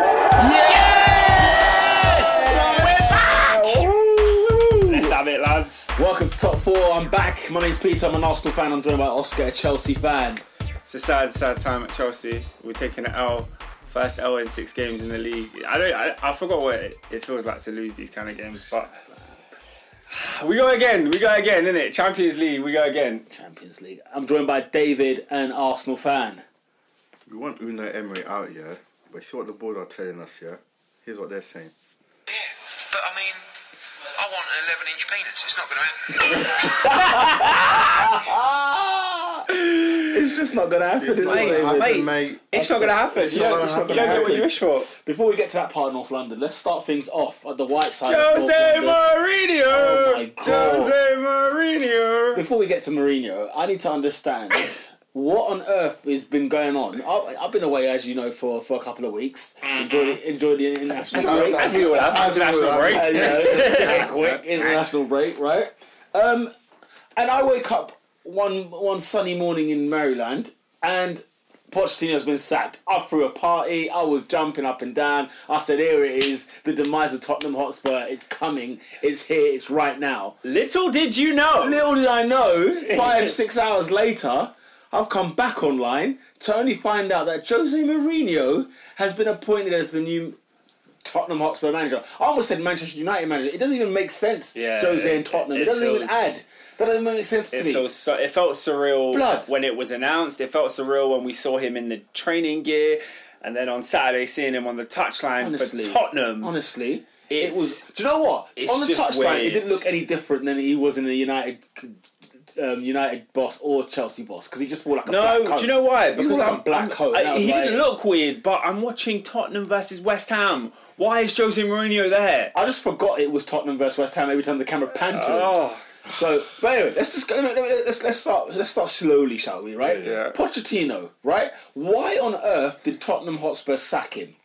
My name's Peter. I'm an Arsenal fan. I'm joined by Oscar, a Chelsea fan. It's a sad, sad time at Chelsea. We're taking an L. First L in six games in the league. I don't. I, I forgot what it, it feels like to lose these kind of games, but we go again. We go again, innit? Champions League. We go again. Champions League. I'm joined by David, an Arsenal fan. We want Una Emery out, yeah? But see what the board are telling us, yeah? Here's what they're saying. Yeah, but I mean, I want an 11 inch penis. It's not going to happen. Ah! It's just not gonna happen. is it, mate, David? mate, mate, it's not gonna happen. It's You not don't- gonna happen. You don't get what you wish for. Before we get to that part of North London, let's start things off at the white side. of North Jose London. Mourinho. Oh my God. Jose Mourinho. Before we get to Mourinho, I need to understand what on earth has been going on. I, I've been away, as you know, for, for a couple of weeks. Mm-hmm. Enjoy the, enjoy the international break. As we all have international break. Uh, you know, yeah, quick international break, right? Um, and I wake up one one sunny morning in Maryland, and Pochettino's been sacked. I threw a party. I was jumping up and down. I said, "Here it is, the demise of Tottenham Hotspur. It's coming. It's here. It's right now." Little did you know. Little did I know, five six hours later. I've come back online to only find out that Jose Mourinho has been appointed as the new Tottenham Hotspur manager. I almost said Manchester United manager. It doesn't even make sense. Yeah, Jose it- and Tottenham. It, it doesn't even feels- add. That doesn't make sense to It me. felt, so, it felt surreal Blood. when it was announced. It felt surreal when we saw him in the training gear, and then on Saturday seeing him on the touchline Honestly. for Tottenham. Honestly, it It's- was. Do you know what? it's On the just touchline, it weird. didn't look any different than he was in the United. Um, United boss or Chelsea boss because he just wore like a black No, coat. do you know why? He just wore like a black coat. I- and I was Uh, he like- didn't look weird, but I'm watching Tottenham versus West Ham. Why is Jose Mourinho there? I just forgot it was Tottenham versus West Ham every time the camera panned to it. Oh, So, but anyway, let's just go. Let's let's start. Let's start slowly, shall we? Right? Yeah. Pochettino, right? Why on earth did Tottenham Hotspur sack him?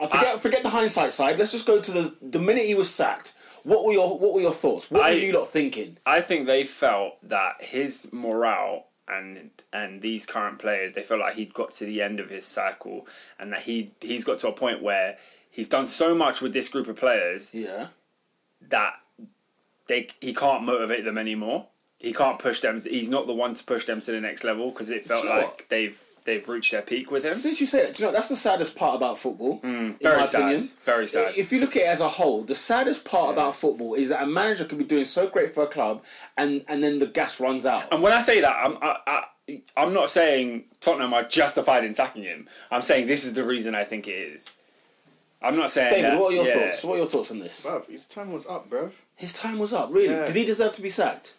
I forget. forget the hindsight side. Let's just go to the the minute he was sacked. What were your What were your thoughts? What I- were you lot thinking? I think they felt that his morale and and these current players, they felt like he'd got to the end of his cycle, and that he he's got to a point where he's done so much with this group of players Yeah. that they he can't motivate them anymore. He can't push them. He's not the one to push them to the next level because it felt Do you know like what? they've they've reached their peak with him. Since you say that, do you know that's the saddest part about football? in Hmm, very my sad, opinion. very sad. If you look at it as a whole, the saddest part about football is that a manager could be doing so great for a club, and and then the gas runs out. And when I say that, I'm I, I, I'm not saying Tottenham are justified in sacking him. I'm saying this is the reason I think it is. I'm not saying. David, that- what are your yeah. thoughts? What are your thoughts on this? Bruv, his time was up, bruv. His time was up. Really? Yeah. Did he deserve to be sacked?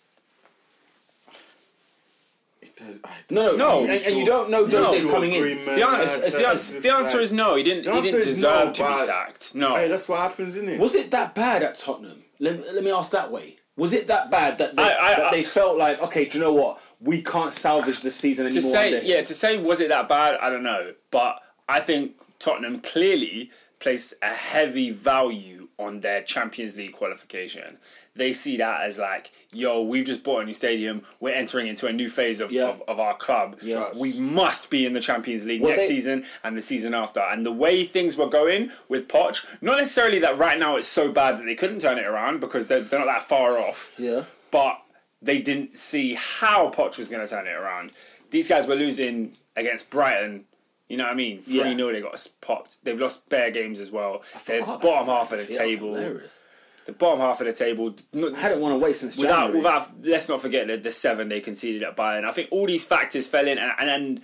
It does- I- No, No. And, and you don't know No. Jose's coming Agree, in. man. The, answer, That's- the, answer, that's the answer like- is no. He didn't. The He answer didn't is no, deserve to be but- sacked. No. Hey, that's what happens, isn't it? Was it that bad at Tottenham? Let, let me ask that way. Was it that bad that they, I- I- that I- they felt like, okay, do you know what? We can't salvage this season to anymore. say under him. yeah to say was it that bad i don't know but i think tottenham clearly place a heavy value on their champions league qualification they see that as like yo we've just bought a new stadium we're entering into a new phase of, Yeah. of, of our club Yeah. we must be in the champions league Well, next they- season and the season after and the way things were going with poch not necessarily that right now it's so bad that they couldn't turn it around because they're, they're not that far off Yeah. but they didn't see how Poch was going to turn it around. These guys were losing against Brighton. You know what I mean? 3 Yeah. 0, they got us popped. They've lost bare games as well. They're Forgot bottom about half of the that. Yeah, table. hilarious. The bottom half of the table. I Not, hadn't won away since without, January. without, let's not forget the, the seven they conceded at Bayern. I think all these factors fell in, and and and,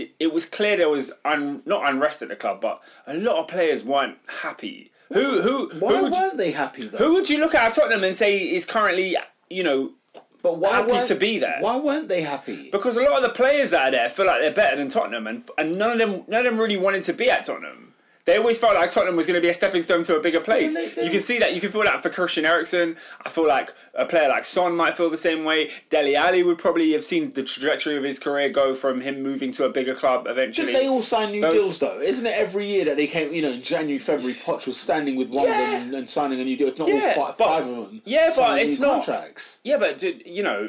and it was clear there was un, not unrest at the club, but a lot of players weren't happy. Who who why who would, weren't they happy though? who would you look at Tottenham and say is currently you know but why happy weren't- to be there? Why weren't they happy? Because a lot of the players that are there feel like they're better than Tottenham, and, and none of them none of them really wanted to be at Tottenham. They always felt like Tottenham was going to be a stepping stone to a bigger place. they- they- you can see that. You can feel that for Christian Eriksen. I feel like a player like Son might feel the same way. Deli Ali would probably have seen the trajectory of his career go from him moving to a bigger club eventually. Didn't they all sign new Those- deals though? Isn't it every year that they came? You know, in January, February, Poch was standing with one of Yeah. them and, and signing a new deal. If not Yeah, all five, but- five of them. yeah, but signing it's new not- contracts. Yeah, but dude, you know,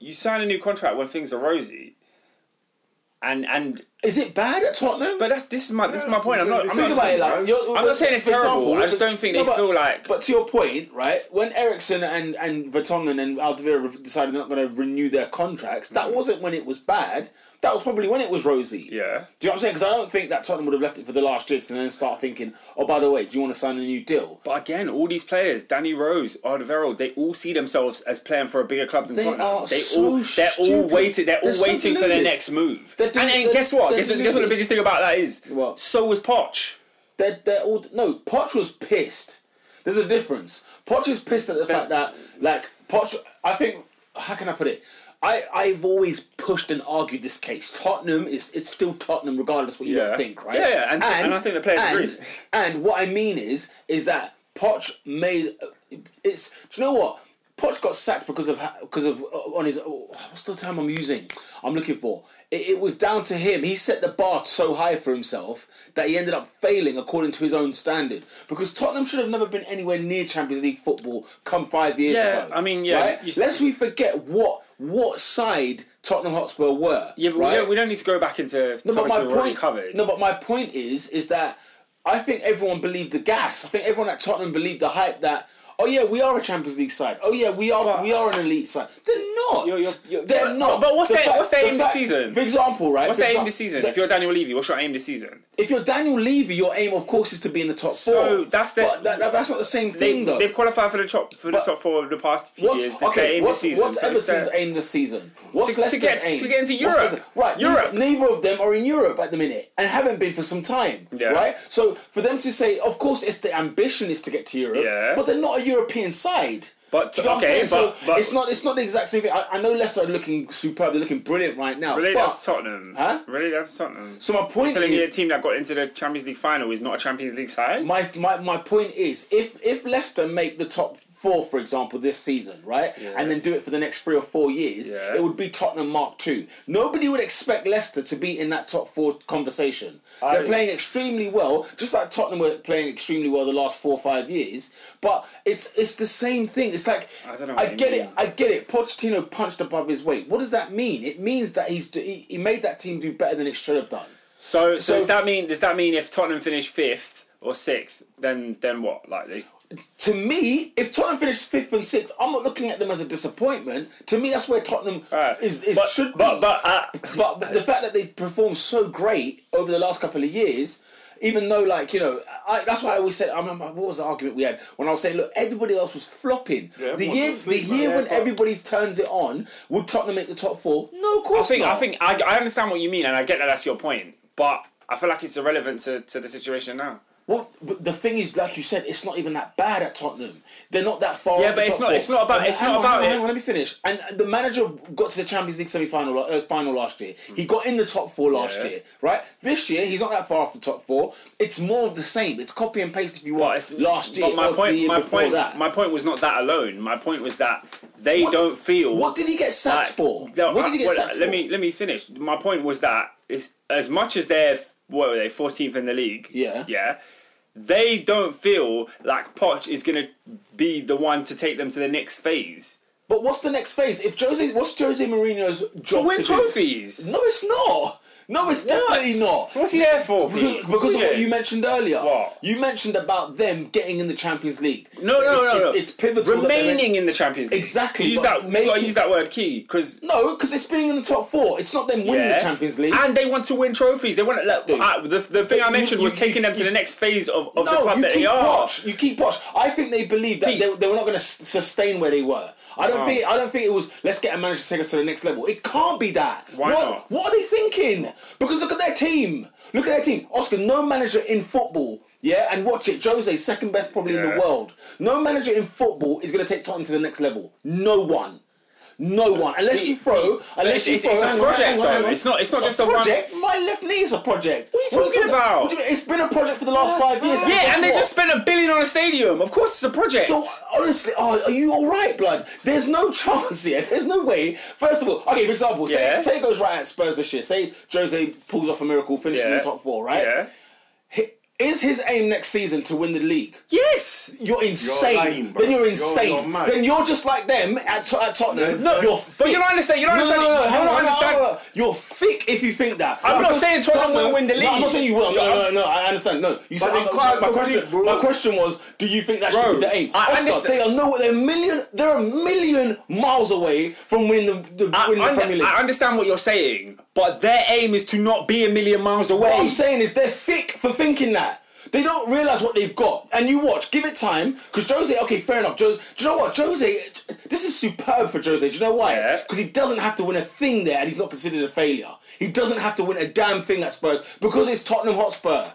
you sign a new contract when things are rosy, and and Is it bad at Tottenham? But that's this is my this is my point. I'm not. I'm Think not, about it, like, saying- you're- I'm not saying it's for terrible. example, I just don't think they but, feel like- But to your point, right? When Ericsson and and Vertonghen and Aldevira decided they're not going to renew their contracts, that wasn't when it was bad. That was probably when it was rosy. Hmm. Do Yeah. you know what I'm saying? Because I don't think that Tottenham would have left it for the last jits and then start thinking, oh, by the way, do you want to sign a new deal? But again, all these players, Danny Rose, Alderweireld, they all see themselves as playing for a bigger club than They Tottenham. are they so all, they're all stupid. waiting. They're, They're all so waiting for their deluded. next move. They're And, doing- and they're- guess what? they're Guess, guess what the deluded. biggest thing about that is? What? So was Poch. They're, they're all no. Poch was pissed. There's a difference. Poch is pissed at the fact that like Poch. I think how can I put it? I I've always pushed and argued this case. Tottenham is it's still Tottenham regardless what you Yeah. lot think, right? Yeah, yeah, and- and I think the players and, agreed. And what I mean is is that Poch made it's. Do you know what? Poch got sacked because of ha- because of uh, on his oh, what's the term I'm using? I'm looking for. It, it was down to him. He set the bar so high for himself that he ended up failing according to his own standard. Because Tottenham should have never been anywhere near Champions League football come five years Yeah, ago. I mean, yeah, Right? you- Lest we forget what what side Tottenham Hotspur were. Yeah, but right? we, don't, we don't need to go back into No, but topics my we've already point. covered. No, but my point is, is that I think everyone believed the gas. I think everyone at Tottenham believed the hype that. Oh yeah, we are a Champions League side. Oh yeah, we are. But- we are an elite side. They're not. You're- you're- you're- They're but- not. but what's their- what's their aim the this season? For example, right? what's for their aim exam- this season? the- if you're Daniel Levy, what's your aim this season? if you're Daniel Levy, your aim, of course, is to be in the top So, four. that's their- But that, that- that's not the same They, thing, though. they've qualified for the top for But- the top four of the past few What's, years. That's their okay, aim what's, this season. what's So it's Everton's their- aim this season? What's to Leicester's get- to aim? get into What's Europe. Leicester's- right? Europe. Neither, neither of them are in Europe at the minute and haven't been for some time, Yeah. right? So for them to say, of course, it's the ambition is to get to Europe, Yeah. but they're not a European side. But- Do you know what I'm okay, saying? so but- but- it's not it's not the exact same thing. I, I know Leicester are looking superb, they're looking brilliant right now. Really, but that's Tottenham. Huh? Really, that's Tottenham. so my point telling me a is, team that got into the Champions League final is not a Champions League side. my, my my point is if if Leicester make the top four, for example, this season, right, and then do it for the next three or four years, Yeah. it would be Tottenham Mark Two. Nobody would expect Leicester to be in that top four conversation. They're playing extremely well, just like Tottenham were playing extremely well the last four or five years. But it's it's the same thing. It's like I don't know I what you get it. mean. I get it. Pochettino punched above his weight. What does that mean? It means that he's he, he made that team do better than it should have done. so, so, so- does that mean does that mean if Tottenham finish fifth or sixth, then then what? Like they, to me, if Tottenham finished fifth and sixth, I'm not looking at them as a disappointment. To me, that's where Tottenham Alright. is, is uh, but, should but, be. but uh, But the fact that they performed so great over the last couple of years, even though like you know, I, that's why I always said. I remember what was the argument we had when I was saying, look, everybody else was flopping. the everyone year, was asleep, the year man. when everybody turns it on, would Tottenham make the top four? No, of I course think not. I think I, I understand what you mean, and I get that that's your point, but I feel like it's irrelevant to, to the situation now. Well, but the thing is, like you said, it's not even that bad at Tottenham. They're not that far. Yeah, off but the it's top not- four. it's not about- Hang it's on, not hang on, about hang it. on, let me finish. And the manager got to the Champions League semi-final uh, final last year. He got in the top four last Yeah. year, right? This year, he's not that far off the top four. It's more of the same. It's copy and paste if you But want. it's- last year, but my of point, the year my before point, that. my point was not that alone. My point was that they What- don't feel what did he get sacked Like, for? no, what did he I- get well, sacked let for? me let me finish. My point was that it's as much as they're what were they fourteenth in the league. Yeah. yeah. They don't feel like Poch is gonna be the one to take them to the next phase But what's the next phase? If Jose, what's Jose Mourinho's to job win to do? trophies. No, it's not. No, it's definitely not. So what's he there for? Pete? Because, because of Yeah. what you mentioned earlier. What? You mentioned about them getting in the Champions League. No, no, it's, no, no. It's, it's pivotal. that they're in- Remaining in the Champions League. Exactly, You Use but that. you gotta making- use that word key because. No, because it's being in the top four. It's not them winning the Champions League. and they want to win trophies. They want to. Look, Dude. I- the, the thing I You- mentioned was you- taking them to the next phase of, of the no, club you that keep they are. posh. You keep posh. I think they believed that Pete. Oh. they, they were not going to sustain where they were. I don't think. I don't think it was. Let's get a manager to take us to the next level. It can't be that. Why what, not? What are they thinking? Because look at their team. Look at their team. Oscar, no manager in football. Yeah, and watch it. Jose, second best probably in Yeah. the world. No manager in football is going to take Tottenham to the next level. No one. No one, unless you throw, unless it's- you it's- throw. it's a hang on, project, hang on, hang though. on. It's not- it's not just a one- project. My left knee is a project. What are you talking about? What do you mean? It's been a project for the last five years. Yeah, guess and they what? just spent a billion on a stadium. Of course, it's a project. So honestly, oh, are you all right, blood? There's no chance here. There's no way. First of all, okay, for example, say, Yeah. say it goes right at Spurs this year. Say Jose pulls off a miracle, finishes in Yeah. the top four, right? Yeah. He- Is his aim next season to win the league? Yes. You're insane. lying, bro. then you're You're- insane. you're mad. then you're just like them at, Tot- at Tottenham. No, you're but you don't understand. You don't No, no, no, understand. no, you hold don't on, understand. hold on. You're thick if you think that. I'm not Because saying Tottenham will win the No, I'm league. not saying you will. No, no, no, no, I understand. No, you said they're uh, quite my complete, question. bro. My question was, do you think that Bro, should be the aim? I Oscar, understand. they are no, they're a million. They're a million miles away from winning the, the, I, winning the under- Premier League. I understand what you're saying, but their aim is to not be a million miles away. What I'm saying is they're thick for thinking that. They don't realise what they've got. And you watch, give it time. Because Jose, okay, fair enough. Jose, do you know what? Jose, this is superb for Jose. Do you know why? Yeah. Because he doesn't have to win a thing there and he's not considered a failure. He doesn't have to win a damn thing at Spurs because it's Tottenham Hotspur.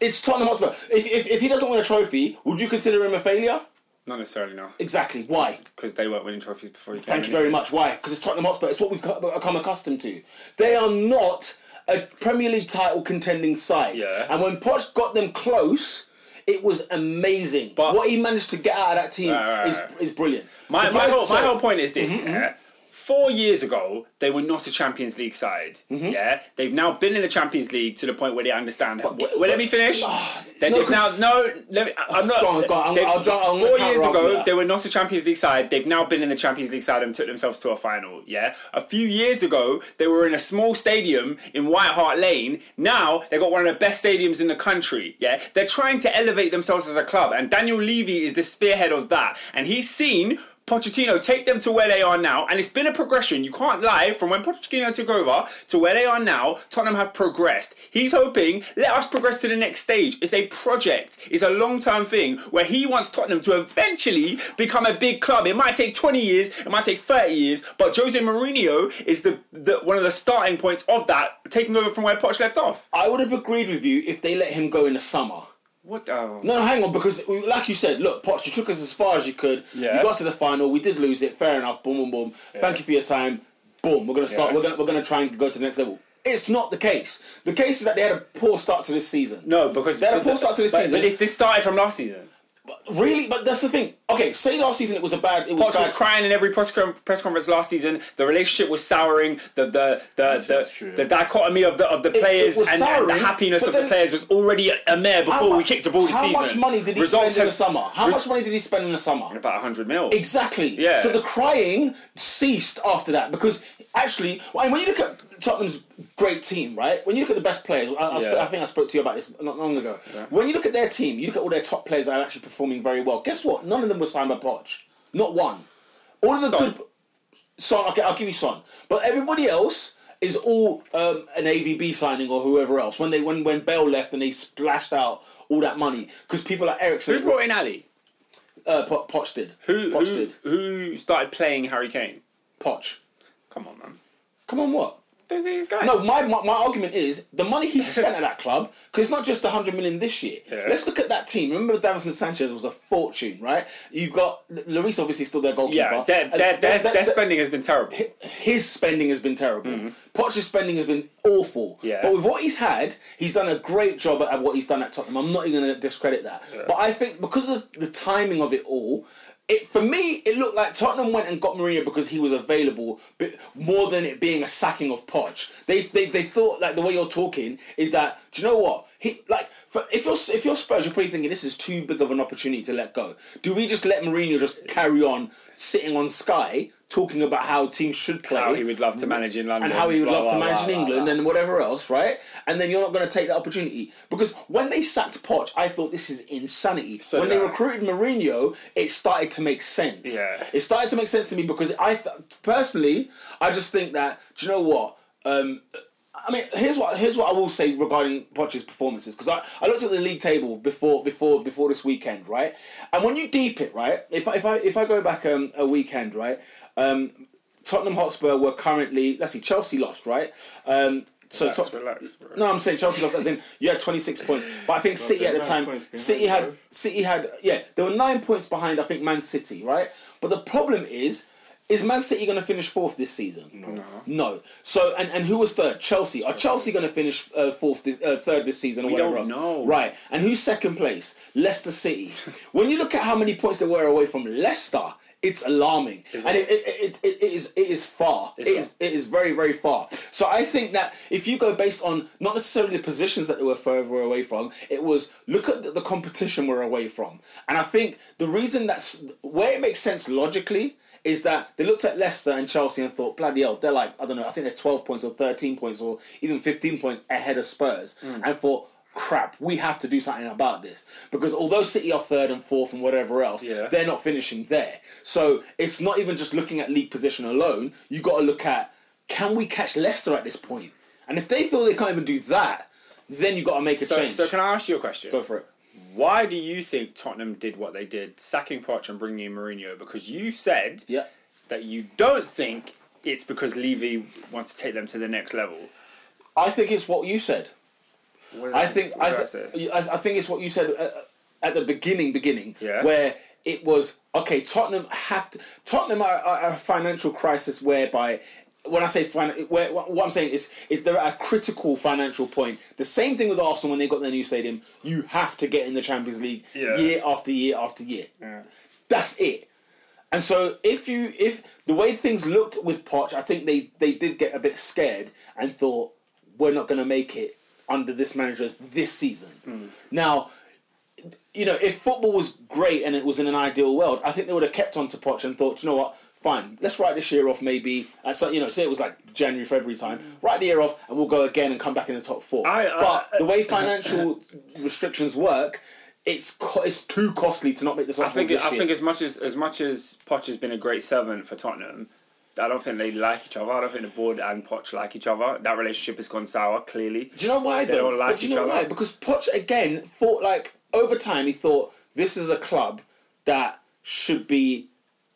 It's Tottenham Hotspur. If, if, if he doesn't win a trophy, would you consider him a failure? not necessarily, no, Exactly. Why? because they weren't winning trophies before you came. Thank you very much. Why? Because it's Tottenham Hotspur. It's what we've co- become accustomed to. They are not a Premier League title contending side. Yeah. And when Poch got them close, it was amazing. But- what he managed to get out of that team Right, right, is, right. is brilliant. My, The my, players- whole, my sorry. whole point is this: Mm-hmm. yeah? four years ago, they were not a Champions League side. Mm-hmm. Yeah, they've now been in the Champions League to the point where they understand. Wait, let me finish. then Ah, no, they've now no. Let me, I- I'm not. Go on, go on, I'm- they've- I'll jump- I'm gonna four counter years argue ago, that. they were not a Champions League side. They've now been in the Champions League side and took themselves to a final. Yeah, a few years ago, they were in a small stadium in White Hart Lane. Now they got one of the best stadiums in the country. Yeah, they're trying to elevate themselves as a club, and Daniel Levy is the spearhead of that, and he's seen. Pochettino take them to where they are now, and it's been a progression. You can't lie. From when Pochettino took over to where they are now, Tottenham have progressed. He's hoping let us progress to the next stage. It's a project. It's a long-term thing where he wants Tottenham to eventually become a big club. It might take 20 years. It might take 30 years. But Jose Mourinho is the, the one of the starting points of that, taking over from where Poch left off. I would have agreed with you if they let him go in the summer. What? Oh. No, no, hang on, because we- like you said, look, Potts, you took us as far as you could. Yeah. You got to the final. We did lose it. Fair enough. Boom, boom, boom. Thank you for your time. Boom. We're gonna start. Yeah. We're gonna we're gonna try and go to the next level. It's not the case. The case is that they had a poor start to this season. No, because They had a poor start to this but, season. But this, this started from last season. really, but that's the thing. Okay, say last season it was a bad. It was Poch was bad. crying in every press, con- press conference last season. The relationship was souring. The the the that's the, true. the dichotomy of the of the players was and, and the souring, happiness but of the then- players was already a mare How before we mu- kicked the ball this How season. much money did he Results spend in the have- summer? How res- much money did he spend in the summer? About 100 mil. Exactly. Yeah. So the crying ceased after that because actually, and when you look at Tottenham's great team, right? When you look at the best players, I, I, sp- Yeah. I think I spoke to you about this not long ago. When you look at their team, you look at all their top players that are actually performing very well. Guess what? None of them were signed by Poch. Not one. All of the Son. good. Son, okay, I'll give you Son, but everybody else is all um, an AVB signing or whoever else. When they when when Bell left and they splashed out all that money because people like Ericsson, Who brought in Ali? uh, Po- Poch did. Who Poch who, did? who started playing Harry Kane? Poch. Come on, man. Come on, what? Those are these guys. No, my, my, my argument is the money he spent at that club, because it's not just the 100 million this year. Yeah. Let's look at that team. Remember, Davison Sanchez was a fortune, right? You've got Lloris, obviously, still their goalkeeper. yeah, their, And their, their, that- that- their spending has been terrible. his spending has been terrible. Poch's spending has been awful. Mm-hmm. Yeah. But with what he's had, he's done a great job at, at what he's done at Tottenham. I'm not even going to discredit that. But I think because of the timing of it all, it for me it looked like Tottenham went and got Mourinho because he was available, but more than it being a sacking of Poch. They they, they thought like the way you're talking is that do you know what he like for, if you're if you're Spurs, you're probably thinking this is too big of an opportunity to let go. Do we just let Mourinho just carry on sitting on Sky? Talking about how teams should play, How he would love to manage in London. and how he would blah, love to blah, manage blah, in blah, England blah. and whatever else, right? And then you're not going to take that opportunity because when they sacked Poch, I thought this is insanity. when they did I. recruited Mourinho, it started to make sense. Yeah. it started to make sense to me because I th- personally, I just think that do you know what? Um, I mean, here's what here's what I will say regarding Poch's performances because I, I looked at the league table before before before this weekend, right? And when you deep it, right? If I if I if I go back um, a weekend, right? Um, Tottenham Hotspur were currently let's see, Chelsea lost, right? Um, so Relax, Tot- relax, bro. no, I'm saying Chelsea lost as in you had 26 points, but I think City at the nine time, points behind, City had bro. City had yeah, they were nine points behind. I think Man City, right? But the problem is, is Man City going to finish fourth this season? No. No. So and, and who was third? Chelsea. Are Chelsea going to finish uh, fourth, this, uh, third this season? Or we whatever don't else? know. Right. And who's second place? Leicester City. when you look at how many points they were away from Leicester. it's alarming, and it, it? it, it, it, it is it is far. It It's is, it is very very far. So I think that if you go based on not necessarily the positions that they were further away from, it was look at the- the competition we're away from, and I think the reason that's where it makes sense logically is that they looked at Leicester and Chelsea and thought bloody hell they're like I don't know I think they're twelve points or thirteen points or even fifteen points ahead of Spurs and thought crap, we have to do something about this. Because although City are third and fourth and whatever else, Yeah. they're not finishing there. So it's not even just looking at league position alone. you got to look at can we catch Leicester at this point? And if they feel they can't even do that, then you got to make a So, change. so can I ask you a question? Go for it. Why do you think Tottenham did what they did, sacking Poch and bringing in Mourinho? Because you said Yeah. that you don't think it's because Levy wants to take them to the next level. I think it's what you said. What did I think What I, did I th- I, I think it's what you said at, at the beginning, beginning, Yeah. where it was okay. Tottenham have to. Tottenham are, are at a financial crisis whereby. When I say fin- where, what what I'm saying is, is they're at a critical financial point. The same thing with Arsenal when they got their new stadium. You have to get in the Champions League Yeah. year after year after year. That's it. And so if you if the way things looked with Poch, I think they they did get a bit scared and thought we're not going to make it under this manager this season. Hmm. Now, you know, if football was great and it was in an ideal world, I think they would have kept on to Poch and thought, you know what, fine, let's write this year off maybe. At some, you know, say it was like January, February time, write the year off and we'll go again and come back in the top four. Hmm. I- I- but the way financial restrictions work, it's co- it's too costly to not make the top I think four this I year. think as much as as much as Poch has been a great servant for Tottenham, I don't think they like each other. I don't think the board and Poch like each other. That relationship has gone sour clearly. Do you know why They though? don't like but do you each know other. why? Because Poch again thought like over time he thought this is a club that should be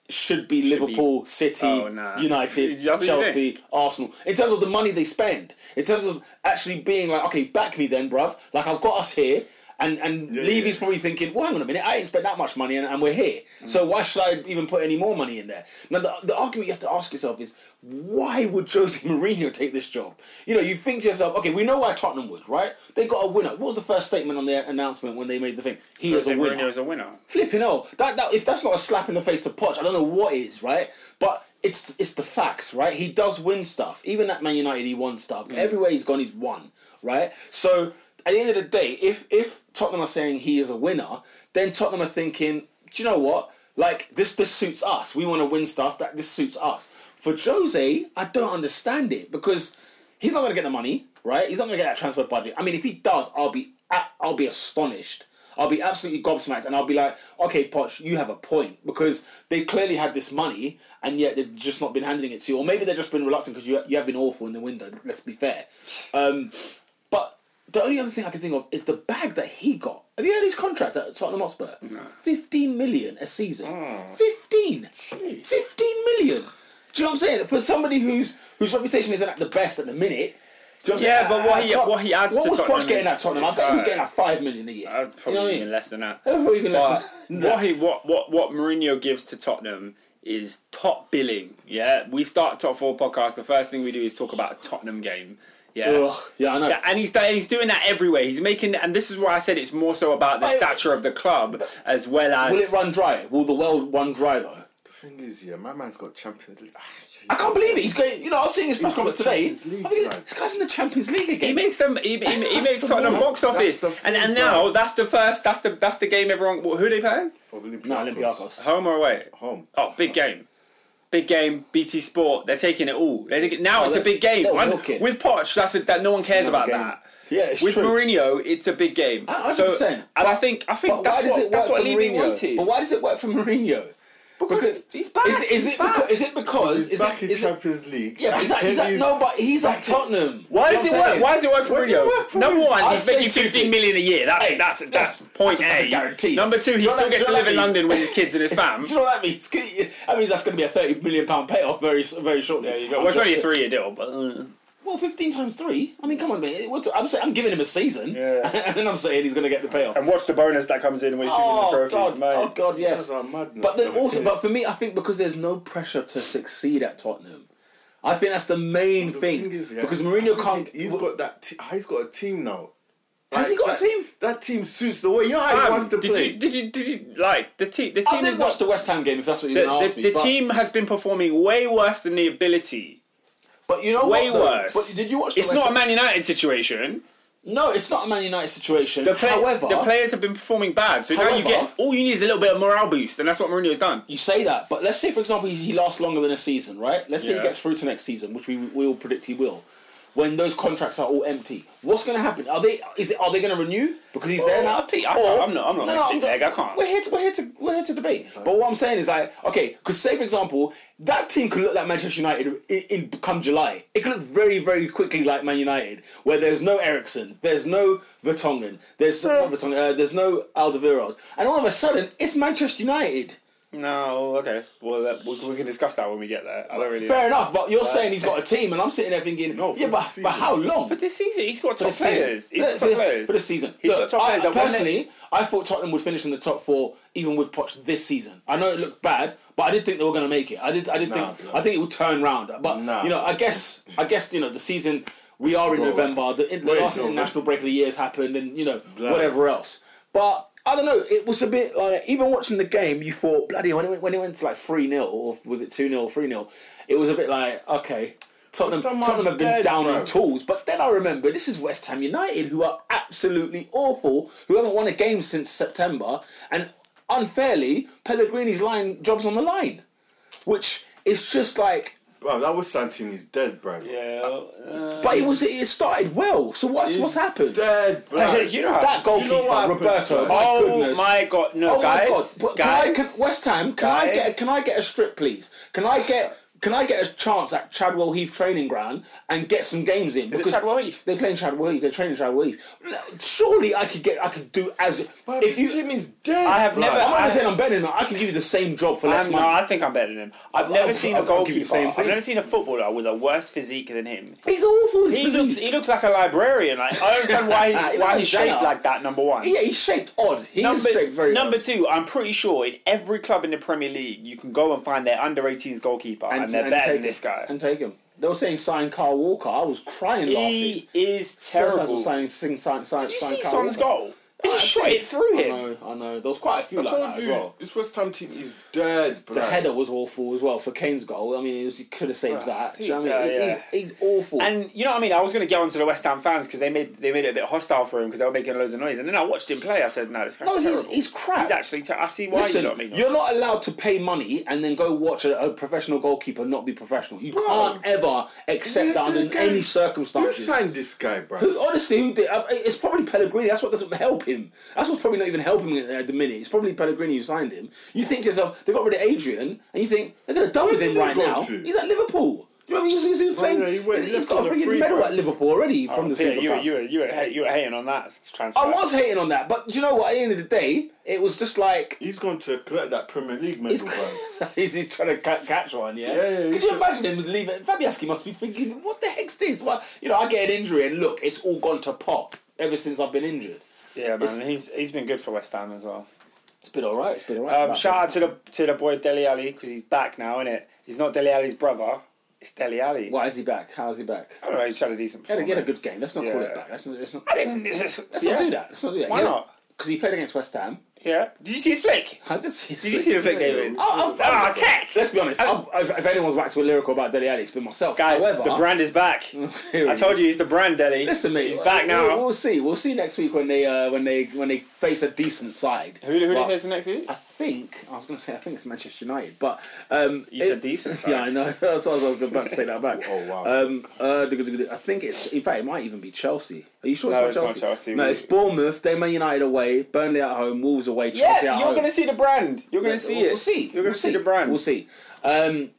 should be Should be- Liverpool, City, Oh, nah. United, That's what you Chelsea, Arsenal. In terms of the money they spend, in terms of actually being like, okay, back me then, bruv. Like I've got us here. And and Levy's yeah. probably thinking, well, hang on a minute, I ain't spent that much money, and, and we're here. Mm. So why should I even put any more money in there? Now the, the argument you have to ask yourself is, why would Jose Mourinho take this job? You know, you think to yourself, okay, we know why Tottenham would, right? They got a winner. What was the first statement on their announcement when they made the thing? He is Jose a winner. Mourinho is a winner. Flipping hell, that, that if that's not a slap in the face to Poch, I don't know what is, right? But it's it's the facts, right? He does win stuff. Even at Man United, he won stuff. Everywhere he's gone, he's won, right? So at the end of the day, if if Tottenham are saying he is a winner, then Tottenham are thinking, do you know what? Like this, this suits us. We want to win stuff. That this suits us. For Jose, I don't understand it because he's not going to get the money, right? He's not going to get that transfer budget. I mean, if he does, I'll be I'll be astonished. I'll be absolutely gobsmacked, and I'll be like, "Okay, Poch, you have a point," because they clearly had this money, and yet they've just not been handling it to you, or maybe they've just been reluctant because you you have been awful in the window. Let's be fair. Um, but the only other thing I can think of is the bag that he got. Have you heard his contract at Tottenham Hotspur? Fifteen million a season. Oh. Fifteen. Fifteen million. Do you know what I'm saying? For somebody whose whose reputation isn't at the best at the minute. do you know what I'm saying? Yeah, but what he- Klopp- what he adds What to was Tottenham Poch getting is- at Tottenham? I is, bet he was uh, getting like five million a year. Uh, you probably know what I mean? even less than that. Probably even less But than that. what he what what what Mourinho gives to Tottenham is top billing. Yeah, we start top four podcast. The first thing we do is talk about a Tottenham game. Yeah. Ugh, yeah, I know. That- and he's and he's doing that everywhere. He's making, and this is why I said it's more so about the Wait, stature of the club as well as. Will it run dry? Will the world run dry though? thing is, yeah, my man's got Champions League. Ah, I can't believe it. He's going. You know, I was seeing his press got conference today. I Champions League, think man. this guy's in the Champions League again. He makes them. He, he, he makes the Tottenham point. box office, That's the and and thing, now bro. that's the first. That's the that's the game. Everyone, who are they playing? Oh, Olympiacos. no, Olympiacos. Home or away? Home. Oh, big game. Big game, BT Sport. They're taking it all. They think now it's a they- big game. they'll One- milk it. with Poch, that's a, that no one cares about another game. that. Yeah, it's with true. Mourinho, it's a big game. A- 100%. So, and I think I think But that's why does what it work that's for what Levy Mourinho? wanted. But why does it work for Mourinho? Because, he's back, Is, it- is he's it back. Because, is it because? He's is back it, in is it, Champions League. yeah, but he's at, he's at, no, but he's at Tottenham. why You know does it what I'm work? saying? Why does it work for Why does it Mourinho? work for Number Mourinho? one, I'd he's say making two fifteen things. million a year. That's Hey, that's that's, that's- point that's- that's A. a guarantee. Number Do two, he you know still what- gets do to you know live in what that London with his kids and his fam. Do you know what that means? That means that's going to be a thirty million pound payoff very, very shortly. There you Well, it's only a three-year deal, but uh, Well, fifteen times three. I mean, come on, man. What do- I'm saying I'm giving him a season, Yeah. and then I'm saying he's going to get the payoff. and watch the bonus that comes in when he's Oh the god! trophy. Oh god! Yes. That's our madness. But then also, but for me, I think because there's no pressure to succeed at Tottenham, I think that's the main The thing. thing is, yeah, because I Mourinho think can't. He's got that. T- he's got a team now. Has he got that, a team? That team suits the way. You know how he Fam, wants to did play. You, did you did you like the team? The I team did is watch not. the West Ham game if that's what The, you're going to the, ask me. the but, team has been performing way worse than the ability. but you know Way what? though? worse. But did you watch? The It's West not Ham- a Man United situation. No, it's not a Man United situation. The play, However, the players have been performing bad. So now you However- get all you need is a little bit of morale boost, and that's what Mourinho has done. you say that, but let's say, for example, he lasts longer than a season, right? Let's say Yeah. he gets through to next season, which we we all predict he will. When those contracts are all empty, what's going to happen? Are they is it, are they going to renew because he's there now? Pete, I Or- can't- Oh, I'm not- I'm not gonna stick ju- egg, I can't. We're here to we're here to we're here to debate. But what I'm saying is like okay, because say for example, that team could look like Manchester United in, in come July. It could look very very quickly like Man United, where there's no Ericsson, there's no Vertonghen, there's not Vertonghen, uh, there's no Alderweireld, and all of a sudden it's Manchester United. No, okay. Well, that, we, we can discuss that when we get there. I don't really. Fair enough, but you're saying he's got a team, and I'm sitting there thinking, No, for yeah, the but, season. but how long? For this season, he's got top this season. players. He's got for, top the- players for the season. He's Look, got top I, players. that won it. personally, I thought Tottenham would finish in the top four, even with Poch this season. I know it looked bad, but I did think they were going to make it. I did. I did Nah, think. bro. I think it would turn round. But Nah. you know, I guess. I guess you know the season. We are in Bro. November. The, the Wait, last bro. international break of the year has happened, and you know Blood. whatever else. But I don't know. It was a bit like even watching the game, you thought bloody when it went, when it went to like three 0 or was it two 0 three 0 It was a bit like okay. Tottenham, What's the man Tottenham have been dead, down bro? on tools, but then I remember this is West Ham United who are absolutely awful, who haven't won a game since September, and unfairly Pellegrini's line jobs on the line, which is just like. Bro, that West Ham team is dead, bro. Yeah. uh, But it Uh, was it started well, so what's what's happened? Dead, bro. Hey, you know how- that goalkeeper, you know what happened, Roberto. bro? My oh goodness. my god, no, Oh guys, my god! But guys. Can I, can, West Ham, can I guys. get can I get a strip, please? Can I get can I get a chance at Chadwell Heath training ground and get some games in? Chadwell Heath? they're playing Chadwell Heath. They're training Chadwell Heath. Surely I could get I could do as Bro, if you. this team is dead. I have bro. never- I'm not I- even saying I'm better than that. I could give you the same job for less I'm, no, money. I think I'm better than him. I've I'll- never I'll- seen I'll a give you the goalkeeper. same I've thing. never seen a footballer with a worse physique than him. He's awful. He He's looks, he looks like a librarian. Like I don't understand why he, He why looks he's like shaped Jenner. like that. Number one. yeah, he's shaped odd. He is shaped very number odd. two, I'm pretty sure in every club in the Premier League, you can go and find their under 18s goalkeeper and, they're better take than this him. guy. And take him. They were saying sign Carl Walker. I was crying laughing. he is Terrible. terrible. Did Sign, sign, sign, sign, you sign see Kyle Son's Walker. goal? He just I shot think- it through I him. know, I know. There was quite a few I like told that you, as well. this West Ham team is dead, bro. The header was awful as well for Kane's goal. I mean, he, was, he could have saved Right. that. Do you know what Yeah, I mean? He- yeah. He's, he's awful. And you know what I mean? I was going to get onto the West Ham fans because they made they made it a bit hostile for him because they were making loads of noise. And then I watched him play. I said, "No, this guy's No, he's- terrible. he's crap. He's actually. Ter- I see why Listen, you don't make. you're not allowed to pay money and then go watch a, a professional goalkeeper not be professional. You Bro. can't ever accept Yeah, that under dude, guys, any Who circumstances. signed this guy, bro? Who- Honestly, who did? I- It's probably Pellegrini. That's what doesn't help him. That's what's probably not even helping him at the minute. It's probably Pellegrini who signed him. You think to yourself, they got rid of Adrian, and you think they're going to done with did him he right go now. to? Oh, He's at Liverpool. Do you know what I mean? He's, he's playing. yeah, he went- he he's left got on a the freaking free, Oh, medal bro. at Liverpool already from the Peter, Super you, were- Cup. you were you were ha- you were hating on that transfer. I was hating on that, but do you know what? At the end of the day, it was just like. He's going to collect that Premier League medal, bro. So he's, he's trying to ca- catch one, yeah. Yeah, yeah, Could he's you tr- imagine him leaving? Fabianski must be thinking, "What the heck's this?" Well, you know, I get an injury, and look, it's all gone to pot ever since I've been injured. Yeah, It's- man. He's he's been good for West Ham as well. It's been all right. It's been all right. Um, shout out to the to the boy Deli Ali because he's back now, isn't it? He's not Deli Ali's brother. It's Deli Ali. Why is he back? How is he back? I don't know. He's had a decent. He had a, he had a performance. good game. Let's not call Yeah. it back. Let's not, let's not, I didn't. Let's let's not do that. Let's not do that. Why not? Because he played against West Ham. Yeah. Did you see his flick? I did see. Did you see the flick, David? Oh, I've- Ah, I've- tech. Let's be honest. I- I've, I've, if anyone's wax lyrical about Deli Ali, it's been myself. Guys, However, the brand is back. Here I he told is. you he's the brand, Deli. Listen, mate. He's back now. We'll, we'll see. We'll see next week when they uh, when they when they face a decent side. Who, who do you But face the next week? I think I was going to say I think it's Manchester United, but um, You said decent side. Yeah, I know. That's what I was about to say that back. Oh, wow. Um, uh, I think it's in fact it might even be Chelsea. Are you sure No, it's it's not not Chelsea? Chelsea, No, we- it's Bournemouth. Then Man United away, Burnley at home, Wolves away, Chelsea Yeah, at you're home. gonna see the brand. You're gonna see we'll, it. We'll see. You're gonna we'll see the brand. We'll see. Um,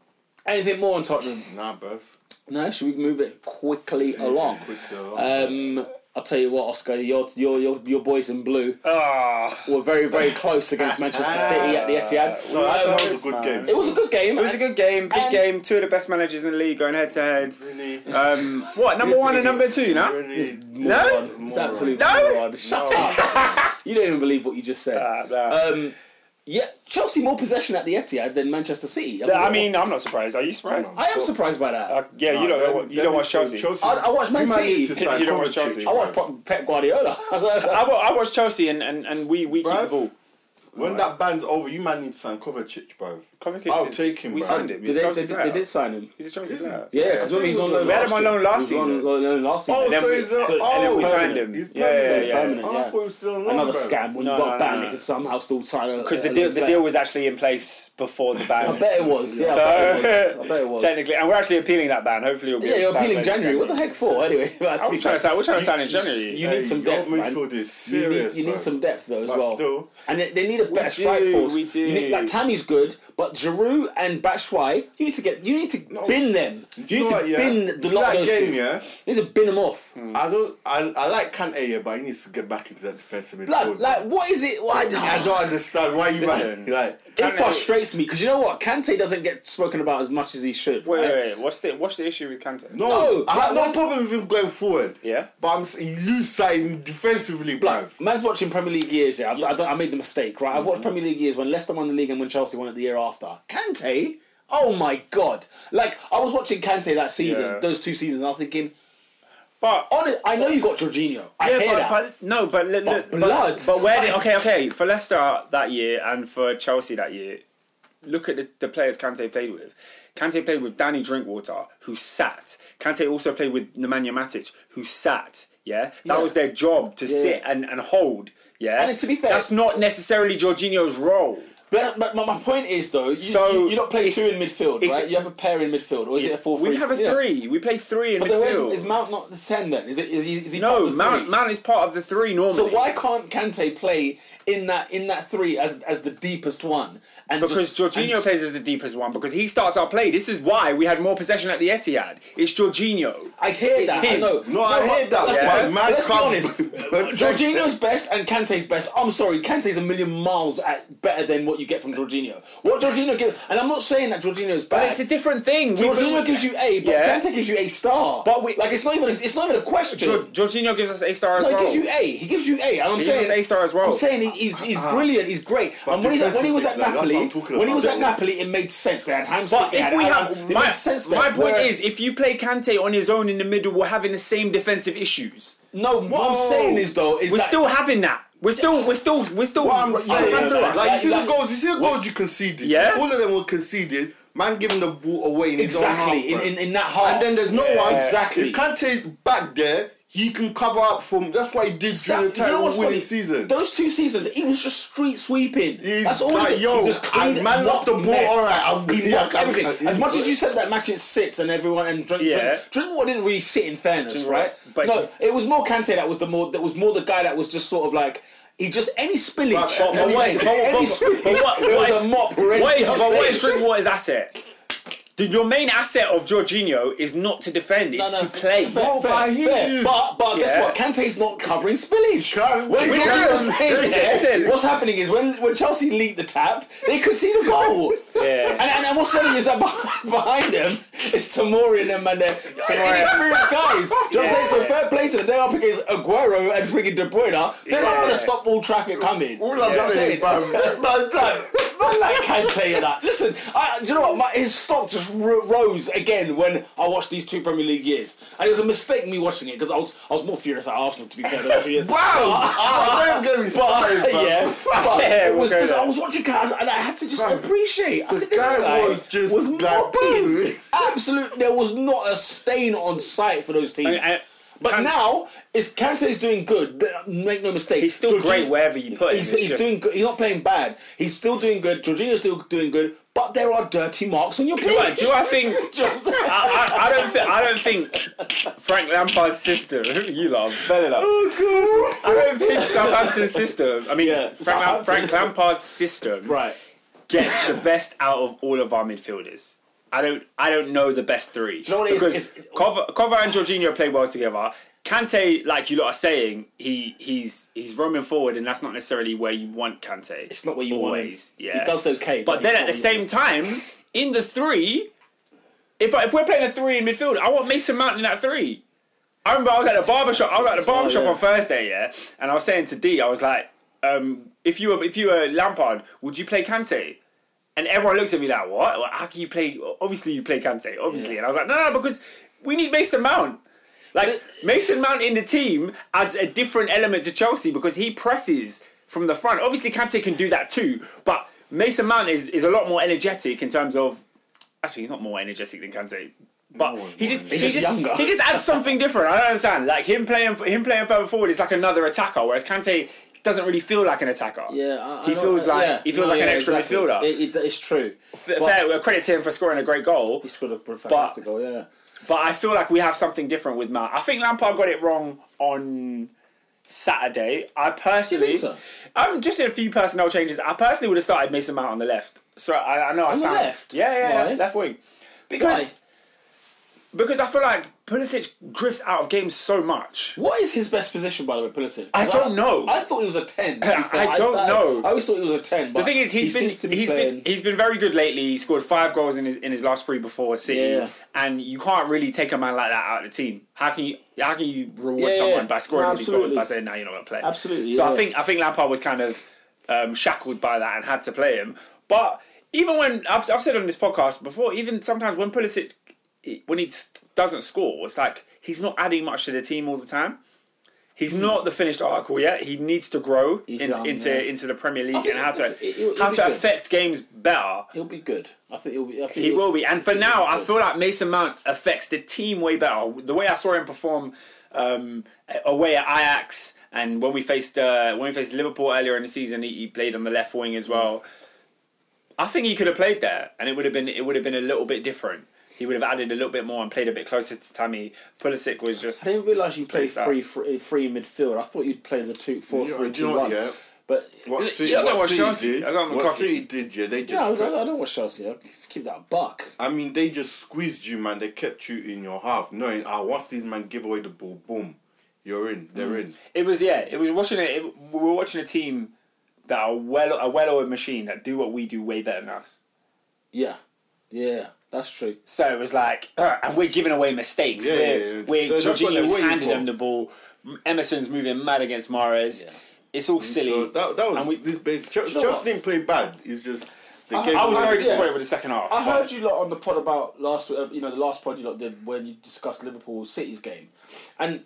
anything more on Tottenham? Nah, bro. No, should we move it quickly along? Quickly along. uh, Um, I'll tell you what, Oscar, your your your, your boys in blue Ah. were very very close against Manchester City at the Etihad. No, I thought it was it was a good mad. game. It was a good game. It was a good game, big And- game. Two of the best managers in the league going head to head. Really, Um, what number one and number two? No. really. No? Moron. It's absolute No? moron. Shut up. you don't even believe what you just said. Ah, nah. Um, Yeah, Chelsea more possession at the Etihad than Manchester City. I mean, I'm not surprised. Are you surprised? I am surprised by that. Uh, yeah, you don't. know you don't watch Chelsea. I, I watch Man City. You don't watch Chelsea. I watch Pep Guardiola. I, wa- I watch Chelsea and, and, and we, we keep the Bruv. ball. When that ban's over, you man need to sign Kovacic, bro. Kovacic I'll is- take him, We bro. signed him. Did He's a they, Chelsea they, did- player. they did sign him. He's a Chelsea Is he? player. Yeah, because Yeah. he was on loan. We had him on loan last He was season. On loan last season. Oh, then so we- he's so- a, and oh, then we permanent. signed him. He's Yeah, permanent. yeah, yeah, yeah. Oh, I Yeah. thought he was still on loan, Another bro. scam when No, he got no, banned no. because somehow still signing. Because the deal, the deal was actually in place before the ban. I bet it was. Yeah, I bet it was. I bet it was. Technically, and we're actually appealing that ban. Hopefully, it'll be Yeah, you're signed appealing by- January. What the heck for? Anyway, to I'm be trying fair. to sign. We're trying to sign in January. You need some your depth, man. midfield is serious, you need, you need bro. some depth though as But well. still. and they, they need a better do, strike force. we do. You need, like Tammy's good, but Giroud and Batshuayi, you need to get, you need to bin them. You, know need to what, yeah? bin the See lot that of those game, two. yeah? Mm, You need to bin them off. I don't. I, I like Kante, yeah, but he needs to get back into that defensive midfield. Like, like, what is it? Why? I don't understand why you Listen. man like. it frustrates me because you know what? Kante doesn't get spoken about as much as he should. Wait, right? wait, wait. What's the what's the issue with Kante? No, No, I have like, no when- problem with him going forward. Yeah. but I'm s- you lose sight in defensively, bro. Like, man's watching Premier League years, yeah. I've, I, don't, I made the mistake, right? I've watched Mm-hmm. Premier League years when Leicester won the league and when Chelsea won it the year after. Kante? Oh my god. Like, I was watching Kante that season, Yeah. those two seasons, and I was thinking, But on it, I know you got Jorginho. I yeah, hear but, that. but no, but li- But li- blood. But, but where? Did, okay, okay. For Leicester that year and for Chelsea that year, look at the, the players Kante played with. Kante played with Danny Drinkwater, who sat. Kante also played with Nemanja Matic, who sat. Yeah, that Yeah. was their job to sit and, and hold. Yeah, And to be fair- that's not necessarily Jorginho's role. But, but my, my point is, though, you, So, you, you don't play it's- two in midfield, it's- right? You have a pair in midfield, or is it a 4 3? We have a three. We play three in But then midfield. where's- is Mount not the 10 then? Is, it, is, he, is he part no, of the Mount, three? Mount is part of the three normally. So why can't Kante play in that in that three as as the deepest one? And Because just, Jorginho and- plays as the deepest one because he starts our play. This is why we had more possession at the Etihad. It's Jorginho. I hear that. I him. know. No, I but- heard that. Let's, Yeah. be- Man let's be can't- honest. Jorginho's best and Kante's best. I'm sorry, Kante's a million miles at, better than what you get from Jorginho. What Jorginho gives, and I'm not saying that Jorginho's bad. But it's a different thing. We- Jorginho gives you A, but Yeah. Kante gives you A star. But we- like it's not even a, it's not even a question. Jor- Jorginho gives us A star as no, he well. gives you A. He gives you A. And I'm He saying gives us A star as well. I'm saying he, he's, he's brilliant. He's great. and when, he's at, when he was at Ah. defensively, like, that's Napoli, what I'm talking when he about, was at yeah. Napoli, it made sense. They had hamstring. But they if had we Aram, have it my, made sense my then, point whereas- is if you play Kante on his own in the middle, we're having the same defensive issues. no. What I'm saying is though is we're that still having that. We're still we're still we're still. What I'm we're saying, running through like- us. like you like- see like- the goals, you see the goals you conceded. Yeah. all of them were conceded. Man giving the ball away in exactly in, his own half, bro. in, in that half. and then there's no one Exactly. If Kante's back there, he can cover up from. That's why he did during That- the time what's winning funny? season. Those two seasons, he was just street sweeping. He's That's all. like, he did. yo, he just I cleaned man off the ball. mess. All right, I'm He yeah, mopped I'm- everything. As much as you said that match it sits and everyone and drink, Yeah. drink, Drinkwater didn't really sit in fairness, Drinkwater right? was- but no, he's- it was more Kante that was the more that was more the guy that was just sort of like he just any spillage, But- but any, what is- but- but- any but- but what- there what was is- a mop. ready, What is, I'm but what saying. is Drinkwater's asset? The, your main asset of Jorginho is not to defend, it's to play. Fair, fair, No, but I hear fair. you. But, but guess Yeah. what? Kante's not covering spillage. Can't- When we can't Jorginho's understand in it. there, what's happening is when, when Chelsea leaked the tap, they could see the goal. Yeah. And, and, and what's funny is that behind, behind them is Tamori and them and their inexperienced guys. Do you know what I'm saying? So fair play to them. They're up against Aguero and friggin' De Bruyne. They're not Yeah. going to stop all traffic coming. All I'm Do you know what saying, bro, Man, no, man like Kante and that. Listen, I, do you know what? My, his stock just r- rose again when I watched these two Premier League years, and it was a mistake me watching it because I was I was more furious at Arsenal to be fair. Those two years. Wow! Ah, I don't get me started, But bro. yeah, but Yeah, it was we'll go just there. I was watching cars and I had to just Bro, appreciate. I the said, this guy, guy was just was like- mopping. Absolute, there was not a stain on sight for those teams. And- and- but Kan- now, is Kante's doing good? th- Make no mistake, He's still Jorginho- great wherever you put him. He's, it's he's just- doing good. He's not playing bad. He's still doing good. Jorginho's still doing good. But there are dirty marks on your Do I, pitch. do I think? Do you know what I'm saying? I, I, I don't think. I don't think Frank Lampard's system. You love Bella. I don't think Southampton's system. I mean, Oh, Yeah, Frank, Lam- Southampton. Frank Lampard's system Right. gets the best out of all of our midfielders. I don't. I don't know the best three you know what it is? because It's- Kova, Kova and Jorginho play well together. Kante, like you lot are saying, he he's he's roaming forward, and that's not necessarily where you want Kante. It's not where you want him. Always, yeah. He does okay. But he's then at not the really- same time, in the three, if I, if we're playing a three in midfield, I want Mason Mount in that three. I remember I was at the barbershop. I was at the barbershop yeah. on Thursday, yeah, and I was saying to D, I was like, um, If you were if you were Lampard, would you play Kante? And everyone looks at me like, what? Well, how can you play? Obviously, you play Kante, obviously. And I was like, no, no, because we need Mason Mount. Like Mason Mount in the team adds a different element to Chelsea because he presses from the front. Obviously, Kante can do that too, but Mason Mount is, is a lot more energetic in terms of. Actually, he's not more energetic than Kante, but No one's he more just he energetic. He's just, just younger. he just adds something different. I don't understand. Like him playing him playing further forward is like another attacker, whereas Kante doesn't really feel like an attacker. Yeah, I, I he know- feels uh, like yeah. he feels No, like an yeah, extra exactly. midfielder. It, it, it's true. F- Fair credit to him for scoring a great goal. He's got a fantastic goal. Yeah, But I feel like we have something different with Mount. I think Lampard got it wrong on Saturday. I personally, so? I'm just in a few personnel changes. I personally would have started Mason Mount on the left. So I, I know I the sound left? Yeah, yeah, Why? yeah, left wing. Because because I feel like Pulisic drifts out of games so much. What is his best position, by the way, Pulisic? I don't know. I thought he was a ten. to be fair. I don't know. I always thought he was a ten. But The thing is, he he's been seems to be he's playing. been he's been very good lately. He scored five goals in his in his last three before City, Yeah. and you can't really take a man like that out of the team. How can you how can you reward Yeah, yeah, someone yeah. by scoring No, all these goals absolutely. by saying now you're not going to play? Absolutely, So yeah. I think I think Lampard was kind of um, shackled by that and had to play him. But even when I've, I've said on this podcast before, even sometimes when Pulisic when he s- doesn't score, it's like he's not adding much to the team all the time. He's not the finished article yet. He needs to grow Hmm. He's into young, into, yeah. into the Premier League think and how to it's- it- it'll- it'll how be to good. affect games better. he'll be good. I think he'll be. I think He will be, and for he'll now, be I good. feel like Mason Mount affects the team way better. The way I saw him perform um, away at Ajax, and when we faced uh, when we faced Liverpool earlier in the season, he, he played on the left wing as well. I think he could have played there, and it would have been it would have been a little bit different. He would have added a little bit more and played a bit closer to Tammy. Pulisic was just I didn't realise you played Space out. three, three, three midfield. I thought you'd play the two, four, You know- three, do you two, know what, one. yeah? But What City, don't know what what City Chelsea- did? I don't know What Chelsea. City did? Yeah, they just. yeah, I, put- I don't watch Chelsea. I keep that buck. I mean, they just squeezed you, man. They kept you in your half, knowing, ah, once these man give away the ball, boom, you're in. They're in. It was yeah. It was watching it. it we were watching a team that are well a well-oiled machine that do what we do way better than us. Yeah, yeah, that's true. So it was like, "Ugh," and we're giving away mistakes. Yeah, we're yeah, yeah. we're That's what they're Jorginho's waiting handing for. them the ball. Emerson's moving mad against Mares. Yeah. It's all silly. So that, that was And we- this base. Ch- know Chelsea what? didn't play bad. It's just they I- gave I was away- very Yeah. disappointed with the second half. I but- heard you lot on the pod about last, uh, you know, the last pod you lot did when you discussed Liverpool City's game, and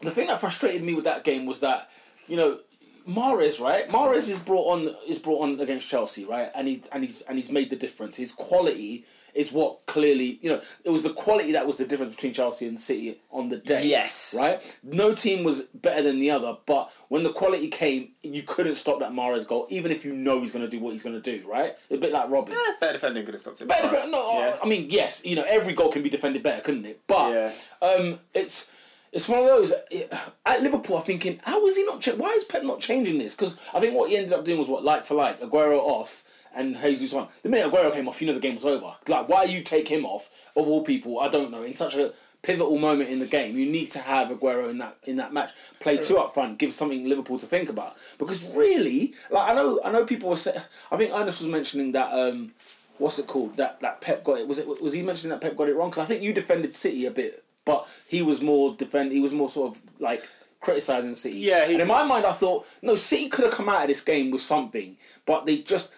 the thing that frustrated me with that game was that, you know, Mares right, Mares is brought on is brought on against Chelsea right, and he and he's and he's made the difference. His quality is what clearly, you know, it was the quality that was the difference between Chelsea and City on the day. Yes. right. No team was better than the other, but when the quality came, you couldn't stop that Mares goal, even if you know he's going to do what he's going to do. Right, a bit like Robin. better defending could have stopped it. Better defend- no, I- Yeah. I mean yes, you know every goal can be defended better, couldn't it? But Yeah. um, it's it's one of those it- at Liverpool. I'm thinking, how is he not? Ch- why is Pep not changing this? Because I think what he ended up doing was what like for like, Aguero off and Jesus on. The minute Aguero came off, you know the game was over. Like why you take him off of all people? I don't know. In such a pivotal moment in the game, you need to have Aguero in that in that match. Play two up front, give something Liverpool to think about. Because really, like I know I know people were saying. I think Ernest was mentioning that. um what's it called that that Pep got it was it was he mentioning that Pep got it wrong because I think you defended City a bit but he was more defend he was more sort of like criticizing City Yeah, he- and in my mind I thought no City could have come out of this game with something but they just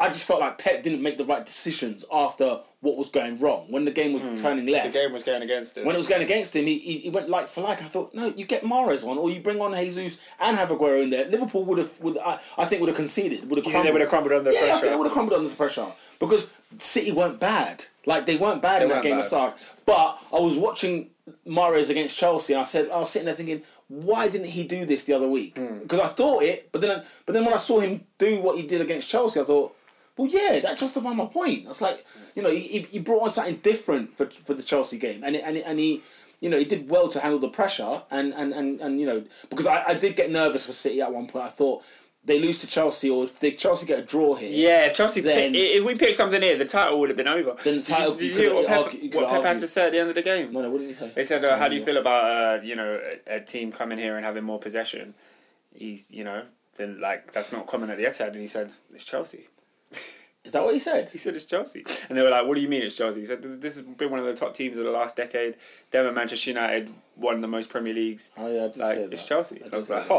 I just felt like Pep didn't make the right decisions after what was going wrong when the game was turning left Hmm. The game was going against it. when it was going against him, he, he, he went like for like. I thought, no, you get Mares on, or you bring on Jesus and have Aguero in there. Liverpool would have, would I, I think, would have conceded. Would have You think they would have crumbled under the yeah, I pressure? think they would have crumbled under the pressure because City weren't bad. Like they weren't bad in that weren't game bad. aside. But I was watching Mares against Chelsea. And I said, I was sitting there thinking, why didn't he do this the other week? Hmm. Because I thought it, but then, but then when I saw him do what he did against Chelsea, I thought. Well, yeah, that justified my point. It's like, you know, he- he, he brought on something different for for the Chelsea game, and it, and it, and he, you know, he did well to handle the pressure, and and and, and you know, because I, I did get nervous for City at one point. I thought they lose to Chelsea, or if they Chelsea get a draw here, Yeah, if Chelsea Then- pick, i- if we picked something here, the title would have been over. Then the Did title- you, did you you hear could what Pep, argue- you could what Pep had argue. to say at the end of the game? No, no, what did he say? They said, uh, "How do you feel about uh, you know a, a team coming here and having more possession?" He's you know then like that's not common at the Etihad, and he said it's Chelsea. Is that what he said? He said it's Chelsea, and they were like, "What do you mean it's Chelsea?" He said, "This has been one of the top teams of the last decade. Them and Manchester United won the most Premier Leagues. Oh yeah, I did Like oh. hear that. it's Chelsea." I I, was did like, hear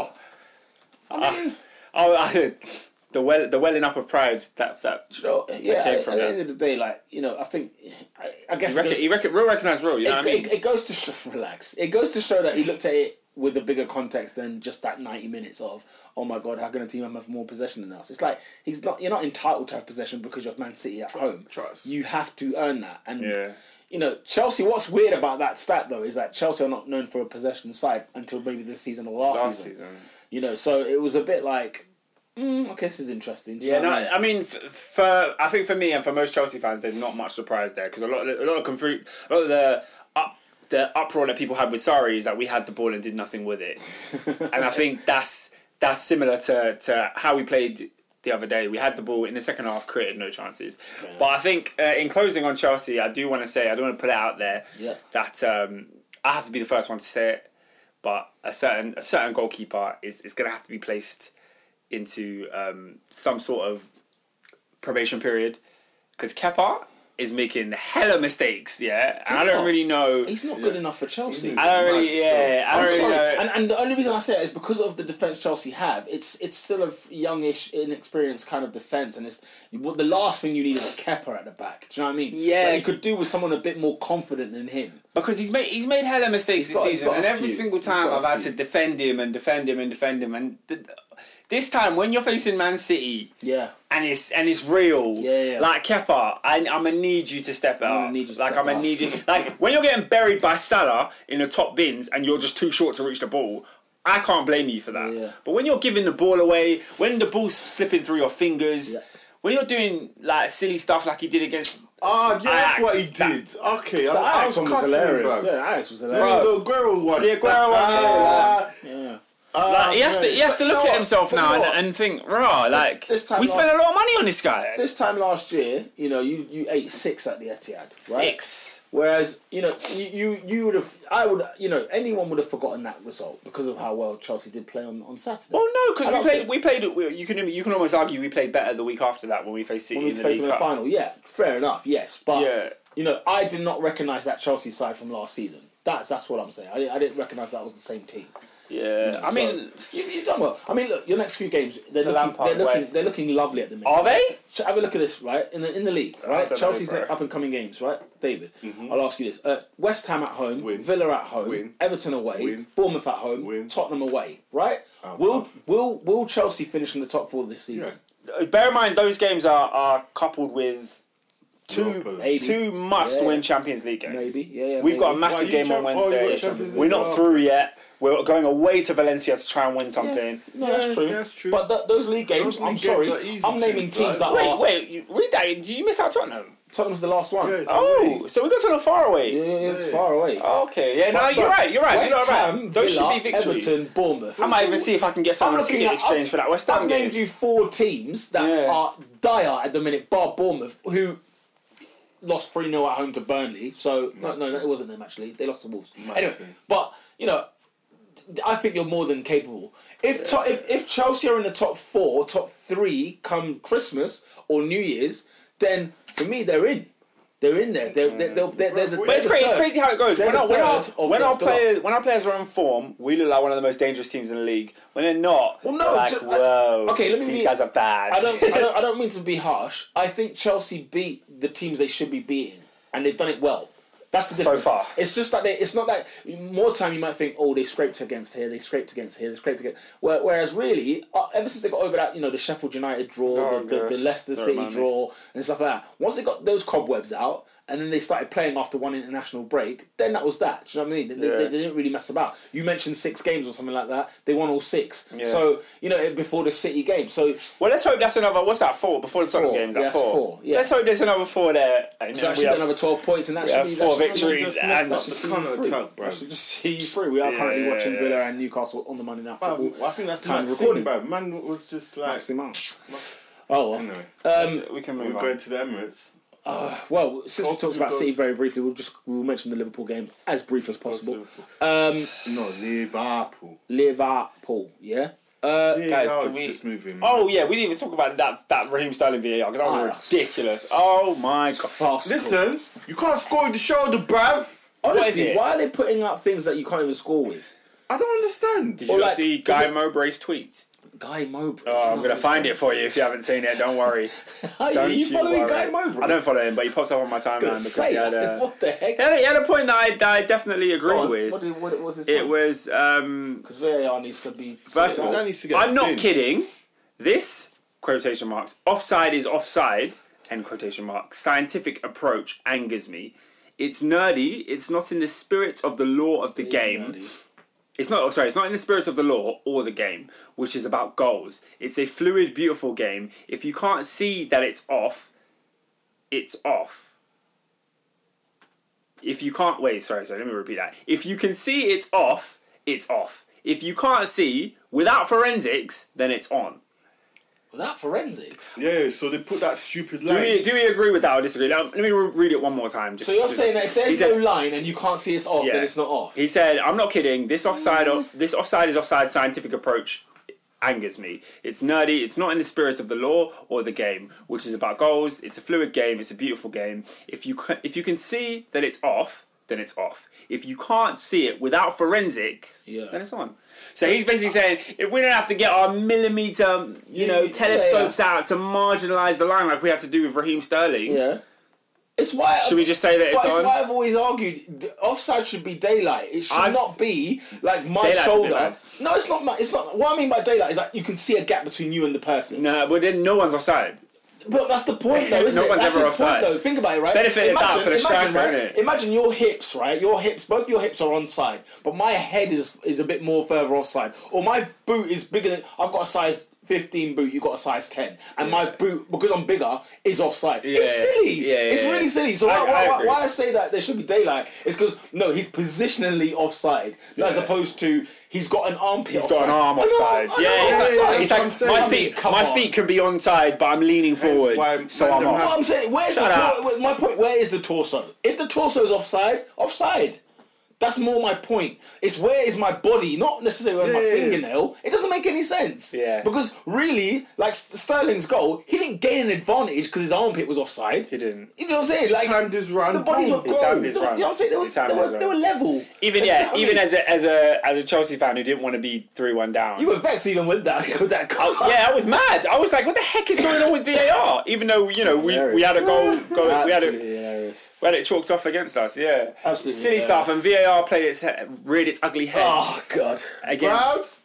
"Oh." I mean, Oh, I, the well, the welling up of pride. That that. You know, uh, yeah, came at, from at the that. end of the day, like you know, I think I, I guess He it reckon, goes- he reckon, real recognised real. You know it, what I mean? it- it goes to show, relax. It goes to show that he looked at it with a bigger context than just that ninety minutes of oh my god, how can a team have more possession than us? It's like he's not. You're not entitled to have possession because you're Man City at home. trust. You have to earn that. And Yeah. you know Chelsea. What's weird about that stat though is that Chelsea are not known for a possession side until maybe this season or last, Last season. season. You know, so it was a bit like. Mm, okay, this is interesting. Do you Yeah, know no, what I mean? I mean, f- for I think for me and for most Chelsea fans, there's not much surprise there because a lot, a lot of confu- a lot of the up, the uproar that people had with Sari is that we had the ball and did nothing with it, and I think that's that's similar to to how we played the other day. We had the ball in the second half, created no chances. But I think uh, in closing on Chelsea, I do want to say I don't want to put it out there Yeah. that um, I have to be the first one to say it, but a certain a certain goalkeeper is is going to have to be placed into um, some sort of probation period because Kepa is making hella mistakes, yeah, and I don't Kepa? really know. He's not good enough for Chelsea. I don't really, Mad yeah, I I'm don't really sorry. know. And, and the only reason I say that is because of the defense Chelsea have. It's it's still a f- youngish, inexperienced kind of defense, and it's what the last thing you need is a Kepper at the back. Do you know what I mean? Yeah. like, you could do with someone a bit more confident than him. because he's made he's made hella He's mistakes this got- he's season, got a and every few. single He's time got a I've had to few. defend him and defend him and defend him. And th- this time, when you're facing Man City, Yeah, and it's and it's real. Yeah, yeah. Like Kepa, I, I'm gonna need you to step it gonna up. need you to like step I'm gonna up. need you. Like when you're getting buried by Salah in the top bins and you're just too short to reach the ball. I can't blame you for that. Yeah, yeah. But when you're giving the ball away, when the ball's slipping through your fingers, Yeah. when you're doing like silly stuff like he did against, Ah, yeah, that's what he Ajax. That- did. Okay, I, the I Ajax was one was cussing him, hilarious. bro. Yeah, Ajax was I mean, hilarious. the Aguero one. The Aguero one, yeah, Ah, Yeah. ah, like, he has to man. he has to But you look know at what? himself But you now know and, what? and think, rah, like this time we last- spent a lot of money on this guy. This time last year, you know, you, you ate six at the Etihad, right? Six. Whereas you know you you, you would have I would you know anyone would have forgotten that result because of how well Chelsea did play on, on Saturday. Well, no, I because we don't played. think- We played. We, you can you can almost argue we played better the week after that when we faced City when we in the faced League them in the Cup. final. Yeah, fair enough. Yes, but Yeah. you know, I did not recognise that Chelsea side from last season. That's that's what I'm saying. I, didn't- I didn't recognise that was the same team. Yeah, I So, mean, you, you've done well. I mean, look, your next few games they're the looking, Lampard they're looking way. they're looking lovely at the minute. are they? Ch- Have a look at this, right? In the in the league, I right? don't know, Chelsea's bro. Mm-hmm. up and coming games, right? David, I'll ask you this: uh, West Ham at home, Win. Villa at home, Win. Everton away, Win. Bournemouth at home, Win. Tottenham away, right? Oh, will tough. will will Chelsea finish in the top four this season? Yeah. Uh, Bear in mind those games are, are coupled with two Europa. Maybe. two must win Yeah. Champions League games. Maybe, yeah. yeah We've got a maybe. Why, massive you game on champ- oh, you got Wednesday. Champions We're League not as through yet. We're going away to Valencia to try and win something. No, Yeah, that's true. yeah, that's true. But th- those league games, Those I'm league sorry, games are easy I'm to- naming teams like- that Wait, are. wait, you, read that. Did you miss out Tottenham? Tottenham's the last one. Yeah, it's oh, Oh, so we got Tottenham far away. yeah, yeah, it's yeah. far away. Okay, yeah, no, But- Uh, you're but right, you're right. West You're right. Ham, those Villa, should be victories. Everton, Bournemouth. I might even see if I can get someone to looking get at- exchange for that West I've Ham named game. you four teams that Yeah. are dire at the minute, bar Bournemouth, who lost 3 0 at home to Burnley. So, no, no, it wasn't them actually. They lost to Wolves. Anyway, team. but, you know, I think you're more than capable. If, to, if if Chelsea are in the top four, top three, come Christmas or New Year's, then for me they're in. They're in there. They're they're they're, they're, they're, the- But it's they're crazy. the It's third. crazy how it goes. They're When our, the when our, third of when the- our the lot. players when our players are on form, we look like one of the most dangerous teams in the league. When they're not, Well, no, we're like ju- I- whoa. okay, let me These be- guys are bad. I don't, I don't. I don't mean to be harsh. I think Chelsea beat the teams they should be beating, and they've done it well. That's the difference. far. it's just that they, it's not that more time you might think, oh, they scraped against here, they scraped against here, they scraped against. Where, whereas really, uh, ever since they got over that, you know, the Sheffield United draw, Oh, the, the, the gosh, Leicester don't City remind me. draw, and stuff like that. Once they got those cobwebs out, and then they started playing after one international break, then that was that. Do you know what I mean? They, they- Yeah. they, didn't really mess about. You mentioned six games or something like that. They won all six. Yeah. So you know before the City game. So well, let's hope that's another. What's that four before the Tottenham Four, games? That yes, four. four, yeah. Let's hope there's another four there. And So then that we should be have- another 12 points, and that have should be four that should- victories that and- should see you Counter through. attack, bro. That should just see you through. We are currently Yeah. watching Villa and Newcastle on the Monday Night Well, Football. I think that's Time time recording. recording. Bro. Man was just like, Maximum. Oh well. anyway, Uh, Um, we can we're move going on. to the Emirates. well, since we talked about Goals. City very briefly, we'll just we'll mention the Liverpool game as brief as possible. No, Liverpool. Liverpool, yeah. Uh, Yeah, no, can it's we- just moving. Oh yeah, we didn't even talk about that that Raheem Sterling VAR because that was Ah. ridiculous. Oh my god. fast. listen, you can't score with the shoulder, bruv. What is honestly, it? why are they putting out things that you can't even score with? I don't understand. Did you like, see is Guy it- Mowbray's tweets? Guy Mowbray. Oh, I'm gonna find it for you if you haven't seen it. Don't worry. Are Don't you, following worry. Guy Mowbray? I don't follow him, but he pops up on my timeline gonna because say he had a, what the heck? he had a, he had a point that I, that I definitely agree Go on, with. What, did, what was his it was um, Because VAR needs to be. First of sorted all, out. That needs to get I'm not binned. kidding. This quotation marks offside is offside end quotation mark scientific approach angers me. It's nerdy. It's not in the spirit of the law of the game. It's not. oh, Sorry, it's not in the spirit of the law or the game, which is about goals. It's a fluid, beautiful game. If you can't see that it's off, it's off. If you can't wait, sorry, sorry. Let me repeat that. If you can see it's off, it's off. If you can't see without forensics, then it's on. Without forensics. Yeah, so they put that stupid Do line. we, do we agree with that or disagree? Now, let me re- read it one more time. Just, So you're just- saying that if there's He's no a- line and you can't see it's off, Yeah. then it's not off. He said, "I'm not kidding. This offside, this offside is offside. Scientific approach angers me. It's nerdy. It's not in the spirit of the law or the game, which is about goals. It's a fluid game. It's a beautiful game. If you ca- if you can see that it's off, then it's off. If you can't see it without forensic, Yeah. then it's on." So he's basically saying, if we don't have to get our millimeter, you know, Yeah, telescopes out to marginalise the line like we had to do with Raheem Sterling, Yeah. It's why. should we just say that it's But it's on? why I've always argued d- offside should be daylight. It should I've s- not be like my Daylight's a bit shoulder. bad. No, it's not. My, it's not. What I mean by daylight is like you can see a gap between you and the person. no, but then no one's offside. But that's the point, though, isn't No it? one's That's ever his point, offside. though. Think about it, right? Benefit of doubt for the imagine, striker, right? innit? Imagine your hips, right? Your hips, both your hips are on side, but my head is is a bit more further offside, or my boot is bigger than I've got a size. 15 boot, you got a size 10, and my boot because I'm bigger is offside. it's Yeah. silly, Yeah, yeah, it's yeah. really silly. So, I- why, why, I why, agree. why I say that there should be daylight is because no, he's positionally offside as Yeah. opposed to he's got an armpit, He's got an arm offside. Yeah, know, he's yeah, like, yeah, he's that's like, what I'm saying. my I mean, feet, come my on. feet can be onside, but I'm leaning forward, why so man I'm them off. What I'm saying, where's Shut the up. torso? My point, where is the torso? If the torso is offside, offside. That's more my point. It's where is my body, not necessarily where my Yeah. fingernail. It doesn't make any sense. Yeah. Because really, like S- Sterling's goal, he didn't gain an advantage because his armpit was offside. He didn't. You know what I'm saying? Like timed his round the bodies were ball. He grown. timed You his know what round. I'm saying? They were, He timed they were, his they were round. level. Even Do you know yeah, what I even mean? as a as a as a Chelsea fan who didn't want to be three one down. you were vexed even with that with that cut. yeah, I was mad. I was like, "What the heck is going on with VAR?" Even though you know we, we had a goal, goal we had Absolutely a, hilarious. we had it chalked off against us. Yeah, Absolutely silly hilarious. stuff. And VAR played its he- reared its ugly head Oh god. against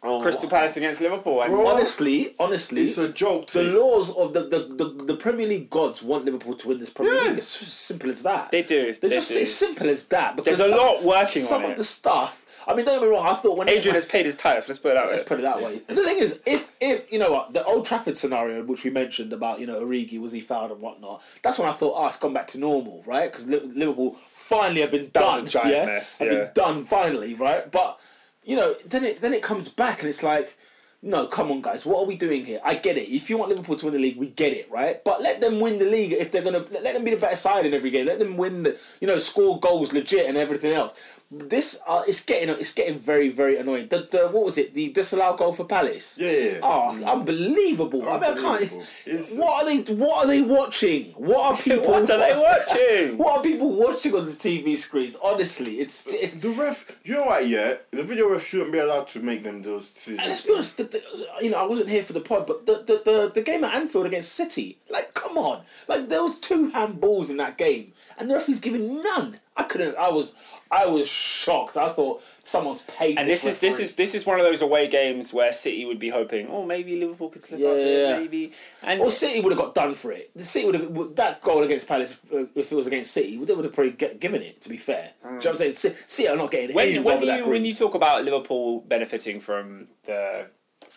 Bruv. Oh. Crystal Palace against Liverpool. And Honestly, honestly, It's a joke. The to- laws of the, the, the, the Premier League gods want Liverpool to win this Premier Yeah. League. It's as simple as that. They do, They're they just do. as simple as that. Because There's a some- lot working Some on of it. the stuff. I mean, don't get me wrong. I thought when Adrian has paid his tithe. Let's put it that way. Let's put it that way. The thing is, if if you know what the Old Trafford scenario, which we mentioned about you know Origi was he fouled and whatnot, that's when I thought, oh, it's gone back to normal, right? Because Liverpool finally have been was done, a giant yeah? mess, Have yeah. been done finally, right? But you know, then it then it comes back and it's like. No, come on, guys. What are we doing here? I get it. If you want Liverpool to win the league, we get it, right? But let them win the league if they're gonna let let them be the better side in every game. Let them win the you know score goals legit and everything else. This uh, it's getting it's getting very very annoying. The, the what was it? The disallowed goal for Palace. Yeah, yeah, yeah. Oh, unbelievable! I mean, I Unbelievable. can't. It's- what are they? What are they watching? What are people? What are they watching? What are people watching on the TV screens? Honestly, it's it's The ref, you know what? Yeah, the video ref shouldn't be allowed to make them those And let's decisions. be honest, the, the, you know, I wasn't here for the pod, but the, the, the, the game at Anfield against City, like, come on, like there was two handballs in that game, and the referee's giving none. I couldn't. I was, I was shocked. I thought someone's paid. And this is this is this is one of those away games where City would be hoping, oh, maybe Liverpool could slip Yeah, up there, yeah. maybe. And Or City would have got done for it. The City would have that goal against Palace. uh, If it was against City, they would have probably get, given it. To be fair, do you know what I'm saying? Ci- City are not getting any when, when involved you with that group. when you talk about Liverpool benefiting from the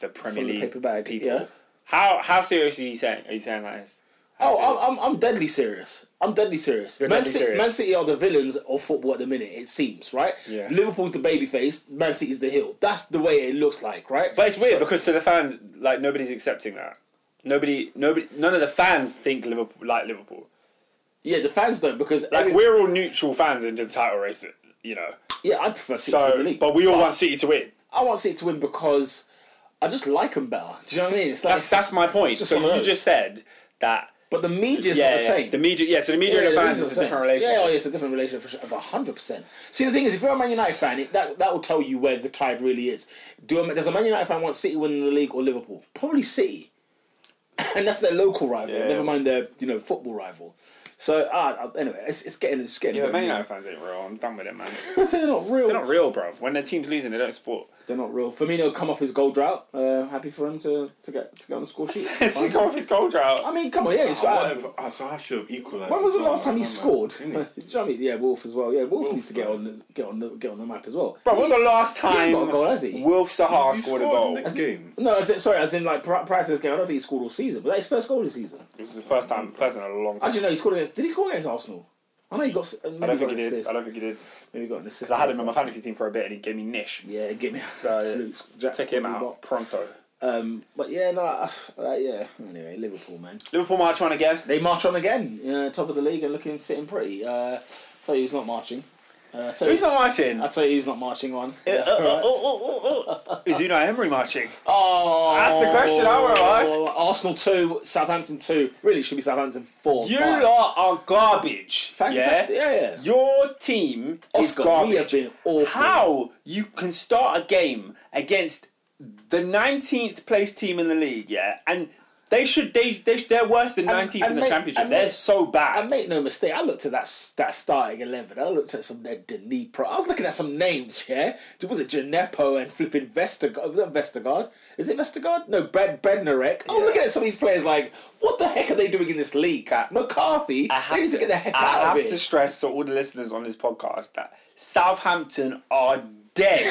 the Premier From the League paper bag, people, yeah. how how serious are you saying? Are you saying like this? How Oh, serious? I'm, I'm, I'm deadly serious. I'm deadly serious. Man, deadly City, serious. Man City are the villains of football at the minute. It seems right. Yeah. Liverpool's the babyface. Man City's the heel. That's the way it looks like, right? but it's weird because to the fans, like nobody's accepting that. Nobody, nobody, none of the fans think Liverpool like Liverpool. yeah, the fans don't because Like every- we're all neutral fans in the title race, you know. yeah, I prefer City to win the So, league. but we all want City to win. I want City to win because I just like them better. Do you know what I mean? It's like That's that's my point. just So one of you those. just said that But the media's yeah, not the yeah. same. The media, yeah. So the media and the fans is a different relationship. Yeah, oh, yeah, it's a different relationship for sure. Of hundred percent. See, the thing is, if you're a Man United fan, it, that that will tell you where the tide really is. Do a, does a Man United fan want City winning the league or Liverpool? Probably City, and that's their local rival. Yeah. Never mind their you know football rival. So ah, anyway, it's, it's getting it's getting. Yeah, a bit but Man annoying. United fans ain't real. I'm done with it, man. They're not real. They're not real, bro. When their team's losing, they don't support. They're not real. Firmino come off his goal drought. Uh, happy for him to, to get to get on the score sheet. It's like off his goal I drought. mean, come on, yeah, he's Oh, got. whatever. Ah, so I should have equalised. When was the Oh, last time he I remember. scored? Do you know Didn't what I mean? Yeah, Wolf as well. Yeah, Wolf, Wolf, needs to get bro. on the get on the get on the map as well. Bro, when was the last time got a goal, has he? Wilf Sahar He scored scored a in goal? the game. No, as in, sorry, as in like pri- prior to this game, I don't think he scored all season, but that's his first goal this season. This is the first time, first in a long time. Actually, no, he scored against. Did he score against Arsenal? I know he got. s- uh, Maybe I don't got think he an did. assist. I don't think he did. 'Cause Maybe got an assist. I had him in my fantasy team for a bit, and he gave me Nish. Yeah, give me So, absolute. Jack Take him scored a out lot. pronto. Um, but yeah, no, uh, uh, yeah. Anyway, Liverpool, man. Liverpool march on again. They march on again, uh, top of the league and looking sitting pretty. Uh, tell you who's not marching. Uh, tell Who's you, not marching? I tell you who's not marching on. Uh, uh, uh, oh, oh, oh, oh. Is Unai Emery marching? Oh, That's the question I wanna ask. Arsenal two, Southampton two. Really should be Southampton four. You five. lot are garbage. fantastic. Yeah? Yeah, yeah. Your team is Oscar, garbage. we have been awful. How you can start a game against the 19th place team in the league, yeah, and they should they, they they're worse than 19th in and the mate- championship. and They're mate- so bad. And make no mistake, I looked at that that starting eleven. I looked at some of their Dnipro. I was looking at some names, yeah. Was it Gineppo and flipping Vestergaard? Was that Vestergaard? Is it Vestergaard? No, Brad Bednarek. I'm Yeah. looking at some of these players like, what the heck are they doing in this league? McCarthy, I have, they need to, to, get the heck I out have of it. to stress to all the listeners on this podcast that Southampton are dead.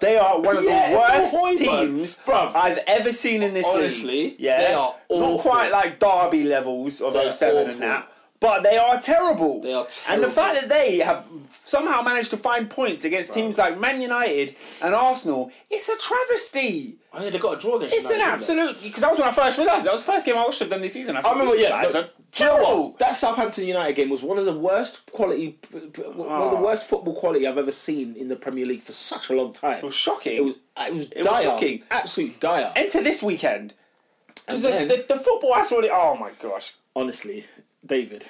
they are one of Yeah, the worst Hoiberg, teams bruv. I've ever seen in this Honestly, league. yeah, they are not awful. quite like Derby levels of They're 07 and awful. that. But they are terrible. They are And the terrible. fact that they have somehow managed to find points against teams like Man United and Arsenal, it's a travesty. I heard they got a draw against. It's an United, didn't they? absolute. Because that was when I first realised. That was the first game I watched of them this season. I, I remember, yeah. It's look, a do you know what? terrible. That Southampton United game was one of the worst quality, p- p- one of the Ah. worst football quality I've ever seen in the Premier League for such a long time. It was shocking. It was, it was Oh, It was dire. shocking. Absolute dire. Enter this weekend. And Because then, the, the, the football I saw, the, oh my gosh. honestly, David.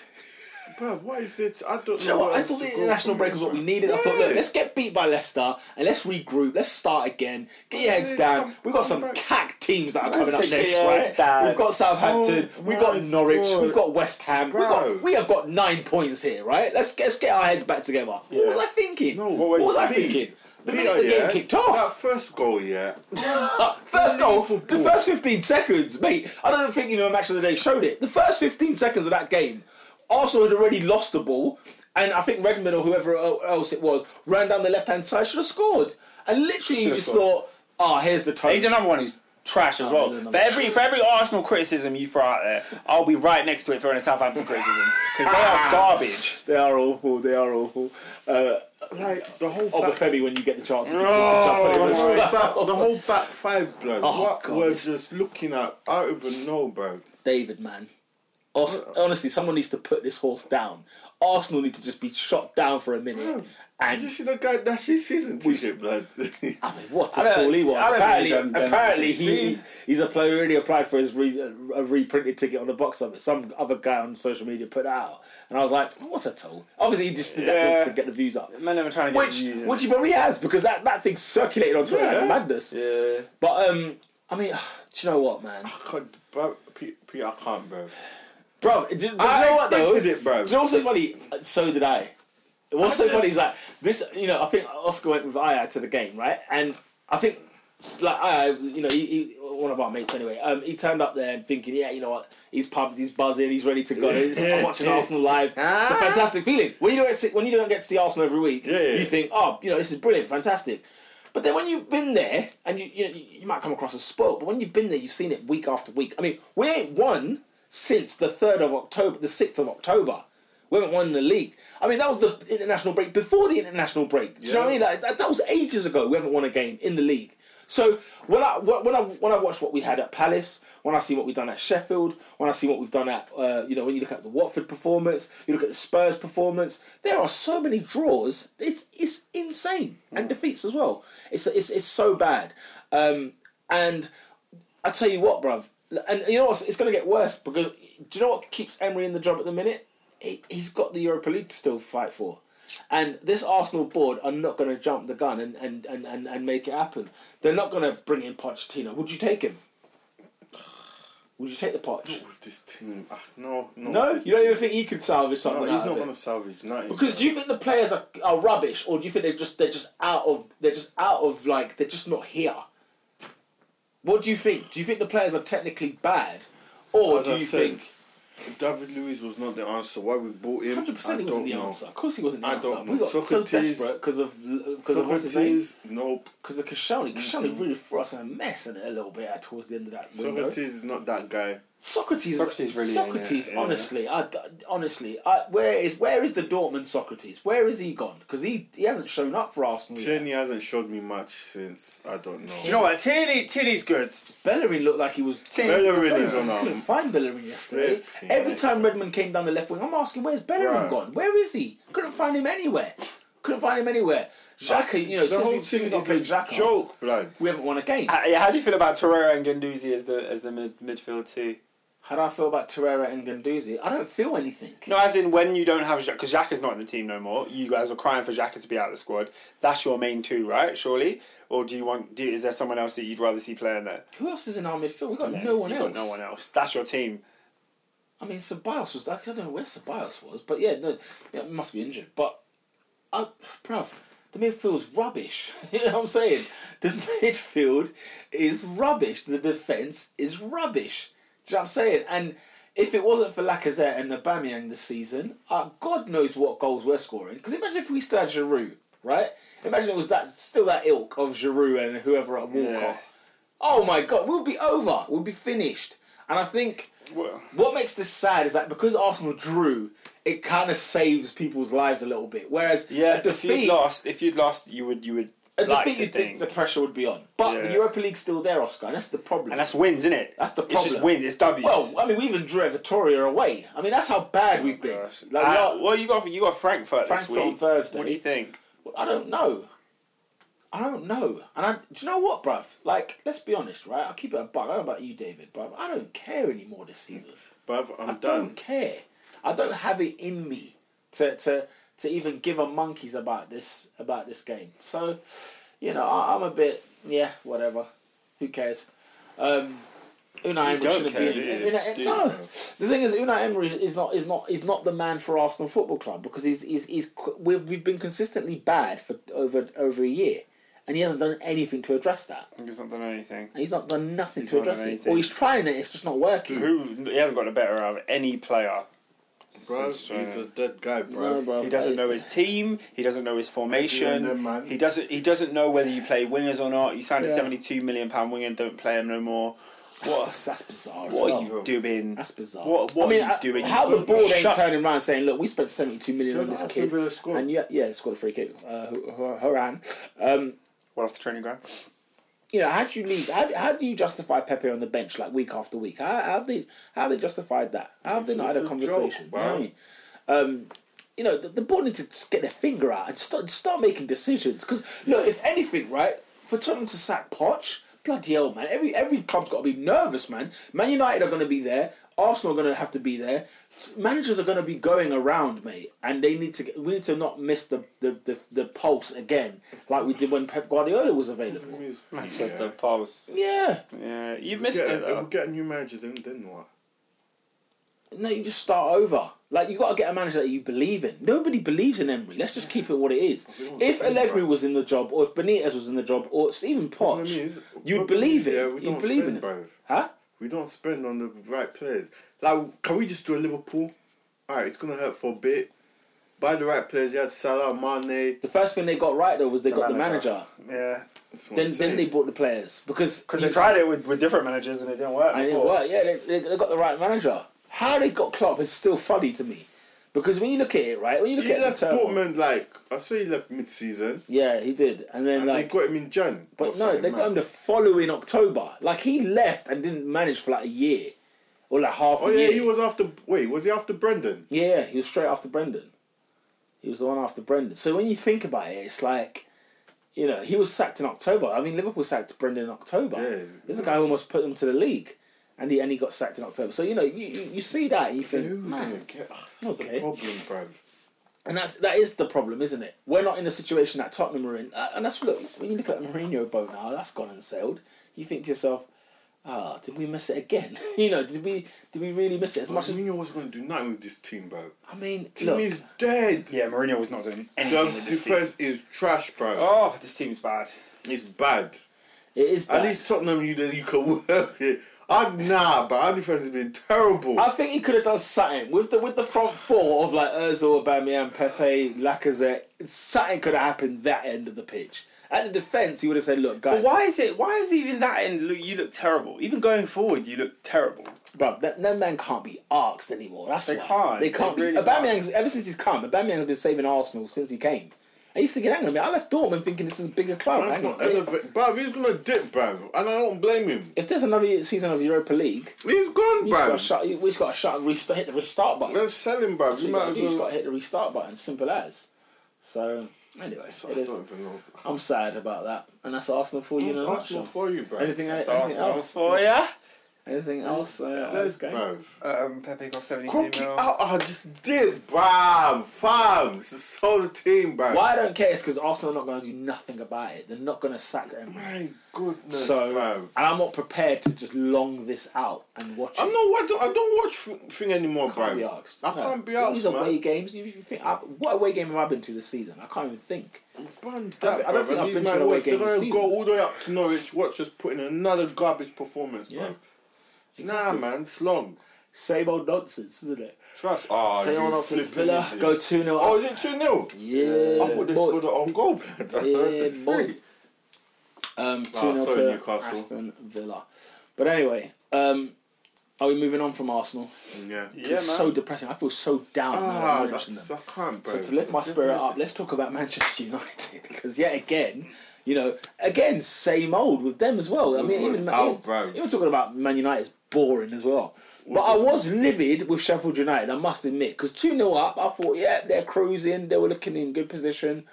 Bruv, what is it? I Do don't you know what? I else thought to the go international from break it, was what we bruv. needed. I thought, look, Yeah. let's get beat by Leicester and let's regroup. Let's start again. Get your heads Yeah, down. come- We've got some come cack teams that are coming up take your next, heads right? down. We've got Southampton. Oh we've got my Norwich. God. We've got West Ham. We've Bro. got, we have got nine points here, right? Let's, let's get our heads back together. What was I thinking? No, what was I Pete, thinking? The Peter, minute the yeah, game kicked That off, first goal, yeah. first goal, the first 15 seconds, mate. I don't think even a match of the day showed it. The first 15 seconds of that game, Arsenal had already lost the ball, and I think Redmond or whoever el- else it was ran down the left hand side, should have scored. And literally, you Should've just scored. thought, ah, here's the time. He's another one who's trash Oh, as well. he's For another- every for every Arsenal criticism you throw out there, I'll be right next to it throwing a Southampton criticism. Because they Ah. are garbage. They are awful. They are awful. Uh, Like, the whole Oba back, Femi, when you get the chance, you can- you can jump on him as oh, well. back, the whole back five, blood. Oh, what God. we're just looking at, I don't even know, bro. David, man. Os- honestly, someone needs to put this horse down. Arsenal need to just be shot down for a minute. Did you And see the guy that she season ticket, blood? I mean, what I a don't- tool he was. I don't Apparently, believe them- them apparently he, see? he's a player who already applied for his re, a reprinted ticket on the box office. Some other guy on social media put that out. And I was like, what a tool. Obviously, he just did that Yeah. to, to get the views up. Man, they were trying to get Which, views in. which he probably has because that, that thing circulated on Twitter like Yeah. madness. yeah. But, um, I mean, do you know what, man? God, bro, Pete, Pete, I can't, bro. Bro, do, do you I know what though? expected it, bro. Do you know what's so funny? uh, So did I. What's I so funny just- is like this. You know, I think Oscar went with Aya to the game, right? And I think s- like Aya, you know, he, he, one of our mates anyway. Um, he turned up there and thinking, yeah, you know what? He's pumped, he's buzzing, he's ready to go. It's- I'm watching Arsenal live. It's a fantastic feeling. When you don't get to, when you don't get to see Arsenal every week, Ah. Yeah, yeah. you think, oh, you know, this is brilliant, fantastic. But then when you've been there, and you you, know, you you might come across as spoiled, but when you've been there, you've seen it week after week. I mean, we ain't won since the third of October, the sixth of October. We haven't won the league. I mean, that was the international break before the international break. Do you know what I mean? Like, that, that was ages ago. We haven't won a game in the league. So when I when I when I watch what we had at Palace, when I see what we've done at Sheffield, when I see what we've done at uh, you know when you look at the Watford performance, you look at the Spurs performance, there are so many draws. It's it's insane and defeats as well. It's it's it's so bad. Um, and I tell you what, bruv, and you know what? It's going to get worse because do you know what keeps Emery in the job at the minute? He, he's got the Europa League to still fight for. And this Arsenal board are not going to jump the gun and, and, and, and, and make it happen. They're not going to bring in Pochettino. Would you take him? Would you take the Poch? With this team, ah, no, no, No, you don't even think he could salvage No, something. he's out not of it? going to salvage nothing. Because do you think the players are, are rubbish, or do you think they're just they're just out of they're just out of like they're just not here? What do you think? Do you think the players are technically bad, or As do I you said, think? David Luiz was not the answer. Why we bought him? Hundred percent, he I wasn't don't the know. answer. Of course, he wasn't the I answer. don't We know. got so Socrates- desperate because of because of what's his name? Socrates, Mm-hmm. nope. Because of Kashani. Kashani really threw us in a mess in it a little bit at- towards the end of that window. Socrates, Socrates is not that guy. Socrates, Socrates really ain't Socrates, it, yeah. honestly, I d honestly, I, where is where is the Dortmund Socrates? Where is he gone? Because he he hasn't shown up for Arsenal. yet. Tierney hasn't showed me much since I don't know. Do you know what? Tierney, Tierney's good. Bellerin looked like he was. Tierney's Bellerin I is on couldn't um, find Bellerin yesterday. Yeah. Every time Redmond came down the left wing, I'm asking, where's Bellerin Right. gone? Where is he? Couldn't find him anywhere. Couldn't find him anywhere. Xhaka, you know, The since whole we've, since thing we've not is played a Xhaka, joke, blood. we haven't won a game. How, yeah, how do you feel about Torreira and Ganduzi as the as the mid, midfield two? How do I feel about Torreira and Ganduzi? I don't feel anything. No, as in when you don't have Jacques, because Jacques is not in the team no more. You guys were crying for Jacques to be out of the squad. That's your main two, right? Surely, or do you want? Do, is there someone else that you'd rather see playing there? Who else is in our midfield? We've got no one You've else. got no one else. That's your team. I mean, Ceballos was. I don't know where Ceballos was, but yeah, no, yeah, he must be injured. But, I, bruv, the midfield's rubbish. you know what I'm saying? The midfield is rubbish. The defence is rubbish. Do you know what I'm saying? And if it wasn't for Lacazette and Aubameyang this season, uh, God knows what goals we're scoring. Because imagine if we still had Giroud, right? Imagine it was that still that ilk of Giroud and whoever at Walcott. Yeah. Oh my God, we'll be over. We'll be finished. And I think Well, what makes this sad is that because Arsenal drew, it kind of saves people's lives a little bit. Whereas yeah. a If you'd defeat, lost, if you'd lost, you would you would a like defeat, to you'd think think. the pressure would be on. But the Yeah. Europa League's still there, Oscar. and That's the problem. and that's wins, isn't it? That's the It's just problem. wins. It's W's. well, I mean, we even drew a Vittoria away. I mean, that's how bad we've been. Gosh. Like, Uh, we are- well, you got you got Frankfurt, this Frankfurt week. on Thursday. What do you think? I don't know. I don't know. And I, do you know what, bruv? Like, let's be honest, right? I'll keep it a buck. I don't know about you, David, bruv. I don't care anymore this season. Bruv, I'm I done. don't care. I don't have it in me to, to to even give a monkeys about this about this game. So, you know, I, I'm a bit yeah, whatever. Who cares? Um, Unai Emery don't shouldn't care, be. do in- you? Unai- Do you? no, the thing is, Unai Emery is not is not is not the man for Arsenal Football Club because he's he's, he's we've, we've been consistently bad for over over a year, and he hasn't done anything to address that. I think it's not done anything. And he's not done nothing He's to not done address it, anything. or he's trying it. It's just not working. Who he hasn't gotten a better out of any player. Bruv, Since trying- he's a dead guy, No, bruv. bruv, He doesn't like- know his team. He doesn't know his Maybe one day, formation. man. He doesn't. He doesn't know whether you play wingers or not. You signed a Yeah. seventy-two million pound winger. Don't play him no more. What? That's, that's bizarre. as what well. are you doing? Oh. That's bizarre. What? What I mean, are you I- doing? How the board ain't Shut- turning around saying, "Look, we spent seventy-two million So on this that's kid," the real score. and yeah, yeah, it's got a free kick. Uh, Ho- Ho- Horan, um, What off the training ground? you know, how do you leave? How, how do you justify Pepe on the bench like week after week? How, how have they how have they justified that? How have they It's- not had it's a a conversation? joke, You know what I man. mean? um, you know, the, the board need to just get their finger out and start start making decisions. Because look, if anything, right, for Tottenham to sack Poch, bloody hell, man. Every every club's got to be nervous, man. Man United are going to be there. Arsenal are going to have to be there. Managers are going to be going around, mate, and they need to. Get, we need to not miss the, the, the, the pulse again, like we did when Pep Guardiola was available. I That's said the pulse. Yeah. Yeah, you've missed Get it. a, we Though. get a new manager, then then what? No, you just start over. Like you got to get a manager that you believe in. Nobody believes in Emery. Let's just keep it what it is. If Allegri was in the job, or if Benitez was in the job, or even Problem Poch, is- you'd problem believe is, yeah, it. we You'd don't believe in spend, it, bruv. huh? We don't spend on the right players. Like, can we just do a Liverpool? All right, it's gonna hurt for a bit. Buy the right players. You had Salah, Mane. The first thing they got right though was they got manager. the manager. Yeah, That's what Then I'm then saying. they bought the players because because they tried it with, with different managers and it didn't work. I didn't before. work. Yeah, they, they, they got the right manager. How they got Klopp is still funny to me because when you look at it, right? When you look He at left the turmoil- Dortmund like I saw he left mid-season, yeah, he did, and then and like they got him in Jan. or But no, something, they man. got him the following October. Like he left and didn't manage for like a year or like half Oh a yeah, year. he was after. Wait, was he after Brendan? Yeah, yeah, he was straight after Brendan. He was the one after Brendan. So when you think about it, it's like, you know, he was sacked in October. I mean, Liverpool sacked Brendan in October. Yeah. this is a guy who almost put them to the league, and he and he got sacked in October. So you know, you, you, you see that, and you think, Who man, gonna get? Ah, That's Okay. the problem, bruv. and that's that is the problem, isn't it? We're not in the situation that Tottenham are in, Uh, and that's look when you look at the Mourinho boat now, that's gone and sailed. You think to yourself, ah, did we miss it again? you know, did we did we really miss it as much as Mourinho was going to do nothing with this team, bro. I mean? Team Look, is dead. Yeah, Mourinho was not doing anything The with this team. defense is trash, bro. Oh, this team's bad. It's bad. it is bad. At least Tottenham, you you can work it. I, nah, but our defense has been terrible. I think he could have done something with the with the front four of like Özil, Aubameyang, Pepe, Lacazette. Something could have happened that end of the pitch. At the defense, he would have said, "Look, guys, But why is it? Why is even that? And look, you look terrible. Even going forward, you look terrible. bruv, that, that man can't be asked anymore. That's They why. can't. They can't. They be. really Aubameyang's ever since he's come. Aubameyang's been saving Arsenal since he came. I used to get angry. I, mean, I left Dortmund thinking this is a bigger club. Man's Hang not on. elevate. Bruv, he's going to dip, bruv. And I don't blame him. If there's another season of Europa League, He's gone, we just got to bruv. shut. We just got to shut. Restart, hit the restart button. Let's sell him, bruv. You You might got as to well. hit the restart button. Simple as. So anyway, So I it is. don't even know. I'm sad about that, and that's Arsenal for you. in It's a Arsenal nutshell. for you, bruv. Anything, That's anything Arsenal else? for ya. Anything else? Uh, on this There's, game? bruv. Um, Pepe got 70 Crocky out, I just did, bruv. Fam. It's the soul of the team, bruv. Why I don't care is because Arsenal are not going to do nothing about it. They're not going to sack him. My goodness, So, bruv. and I'm not prepared to just long this out and watch I'm it. not, I don't, I don't watch th- thing anymore, I can't bruv. be asked. I No. can't be asked, These man. away games. You, you think, I, what away game have I been to this season? I can't even think. Man, I that, don't think bruv, I've been these to man an away watch- game They're this gonna go season. all the way up to Norwich. Watch us put in another garbage performance, Yeah. bro. Nah, man, it's long. Same old nonsense, isn't it? Trust. Oh, Same old you nonsense. flipping Villa idiot. go two 0 Oh, is it two 0 Yeah, I thought they boy. scored it on goal. Yeah, That's boy. it. Um, two Oh, 0 sorry, to Newcastle. Aston Villa. But anyway, um, are we moving on from Arsenal? yeah. Yeah, man. it's so depressing. I feel so down. now Ah, that I mentioned that's, them. I can't, bro. So to lift my spirit up, let's talk about Manchester United because yet again, you know, again same old with them as well. I mean, Woodward even, out, even, bro. even talking about Man United is boring as well. But I was livid with Sheffield United, I must admit, because 2 0 up, I thought, yeah, they're cruising, they were looking in good position.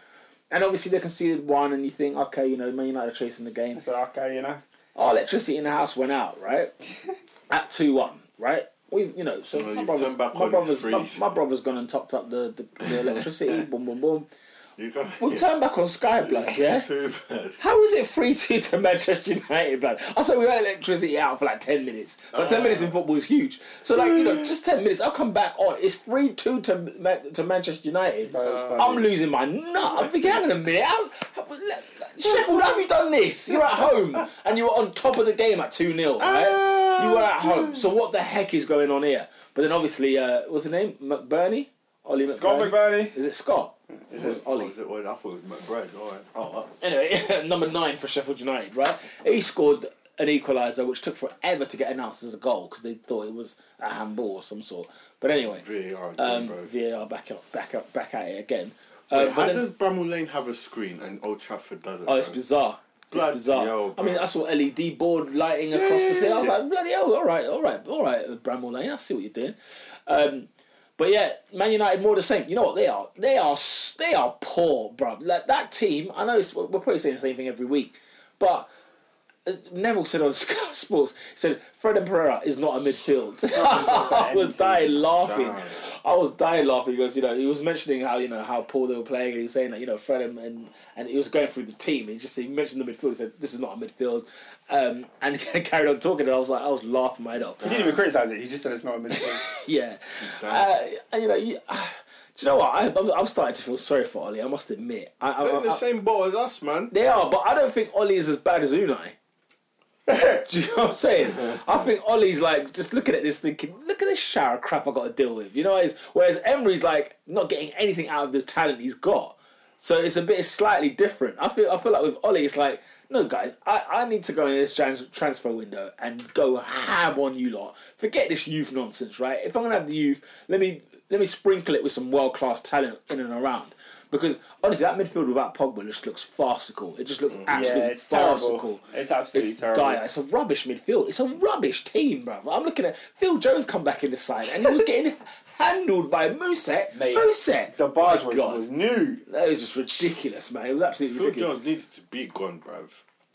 And obviously, they conceded one, and you think, okay, you know, Man United are chasing the game So, okay, you know. our electricity in the house went out, right? At two one, right? We, you know, so No, my you've brother's, turned back my on, brother's, it's my, free. my brother's gone and topped up the, the, the electricity. boom, boom, boom. You got We've turned back on Sky Blood, yeah. Too bad. How is it three two to Manchester United, blood? I said we had electricity out for like ten minutes, but ten minutes in football is huge. So like you know, just ten minutes, I'll come back on. It's three two to Ma- to Manchester United. I'm losing my nut. I'm thinking, hang on a minute. How, how, Sheffield, how have you done this? You're at home and you were on top of the game at 2 0, right? You were at home. So what the heck is going on here? But then obviously, uh, what's the name? McBurney? Ollie McBurney? Scott McBurney. Is it Scott? Or is it What Ollie? was Oh, it? Well, I thought it was McBride. All right. uh, Oh, well. anyway, number nine for Sheffield United, right? He scored an equaliser, which took forever to get announced as a goal because they thought it was a handball of some sort. But anyway, VAR, um, bro. VAR back up, back up, back at it again. Uh, Wait, but how then, does Bramall Lane have a screen and Old Trafford doesn't? oh, it's bro? bizarre. It's Bloody bizarre. hell, I mean, bro. I saw LED board lighting across the thing. I was like, bloody hell! All right, all right, all right, Bramall Lane. I see what you're doing. Um, but yeah, Man United more the same. You know what they are? They are s- they are poor, bruv. Like that team. I know it's, we're probably saying the same thing every week, but uh, Neville said on Sky Sports, he said Fred and Pereira is not a midfield. I was dying laughing. I was dying laughing because you know he was mentioning how you know how poor they were playing, and he was saying that you know Fred and and, and he was going through the team. And he just he mentioned the midfield. He said this is not a midfield, um, and carried on talking. And I was like, I was laughing my head off. He didn't even criticise it. He just said it's not a midfield. Yeah. Damn. Uh, and, you know, you, do you know what? I, I'm, I'm starting to feel sorry for Ollie. I must admit, I, I, They're in I, the same boat as us, man. they are, but I don't think Ollie is as bad as Unai. Do you know what I'm saying? I think Ollie's like just looking at this, thinking, "Look at this shower of crap I got to deal with." You know, it's, whereas Emery's like not getting anything out of the talent he's got. So it's a bit it's slightly different. I feel I feel like with Ollie, it's like, no, guys, I, I need to go in this trans- transfer window and go ham on you lot. Forget this youth nonsense, right? If I'm gonna have the youth, let me let me sprinkle it with some world class talent in and around. Because honestly, that midfield without Pogba just looks farcical. It just looks absolutely Mm. yeah, it's farcical. terrible. It's absolutely It's terrible. dire. It's a rubbish midfield. It's a rubbish team, bruv. I'm looking at Phil Jones come back in the side and he was getting handled by Mousset. Mate, Mousset. The Oh barge My was, God. was new. That was just ridiculous, man. It was absolutely Phil ridiculous. Jones needed to be gone, bruv.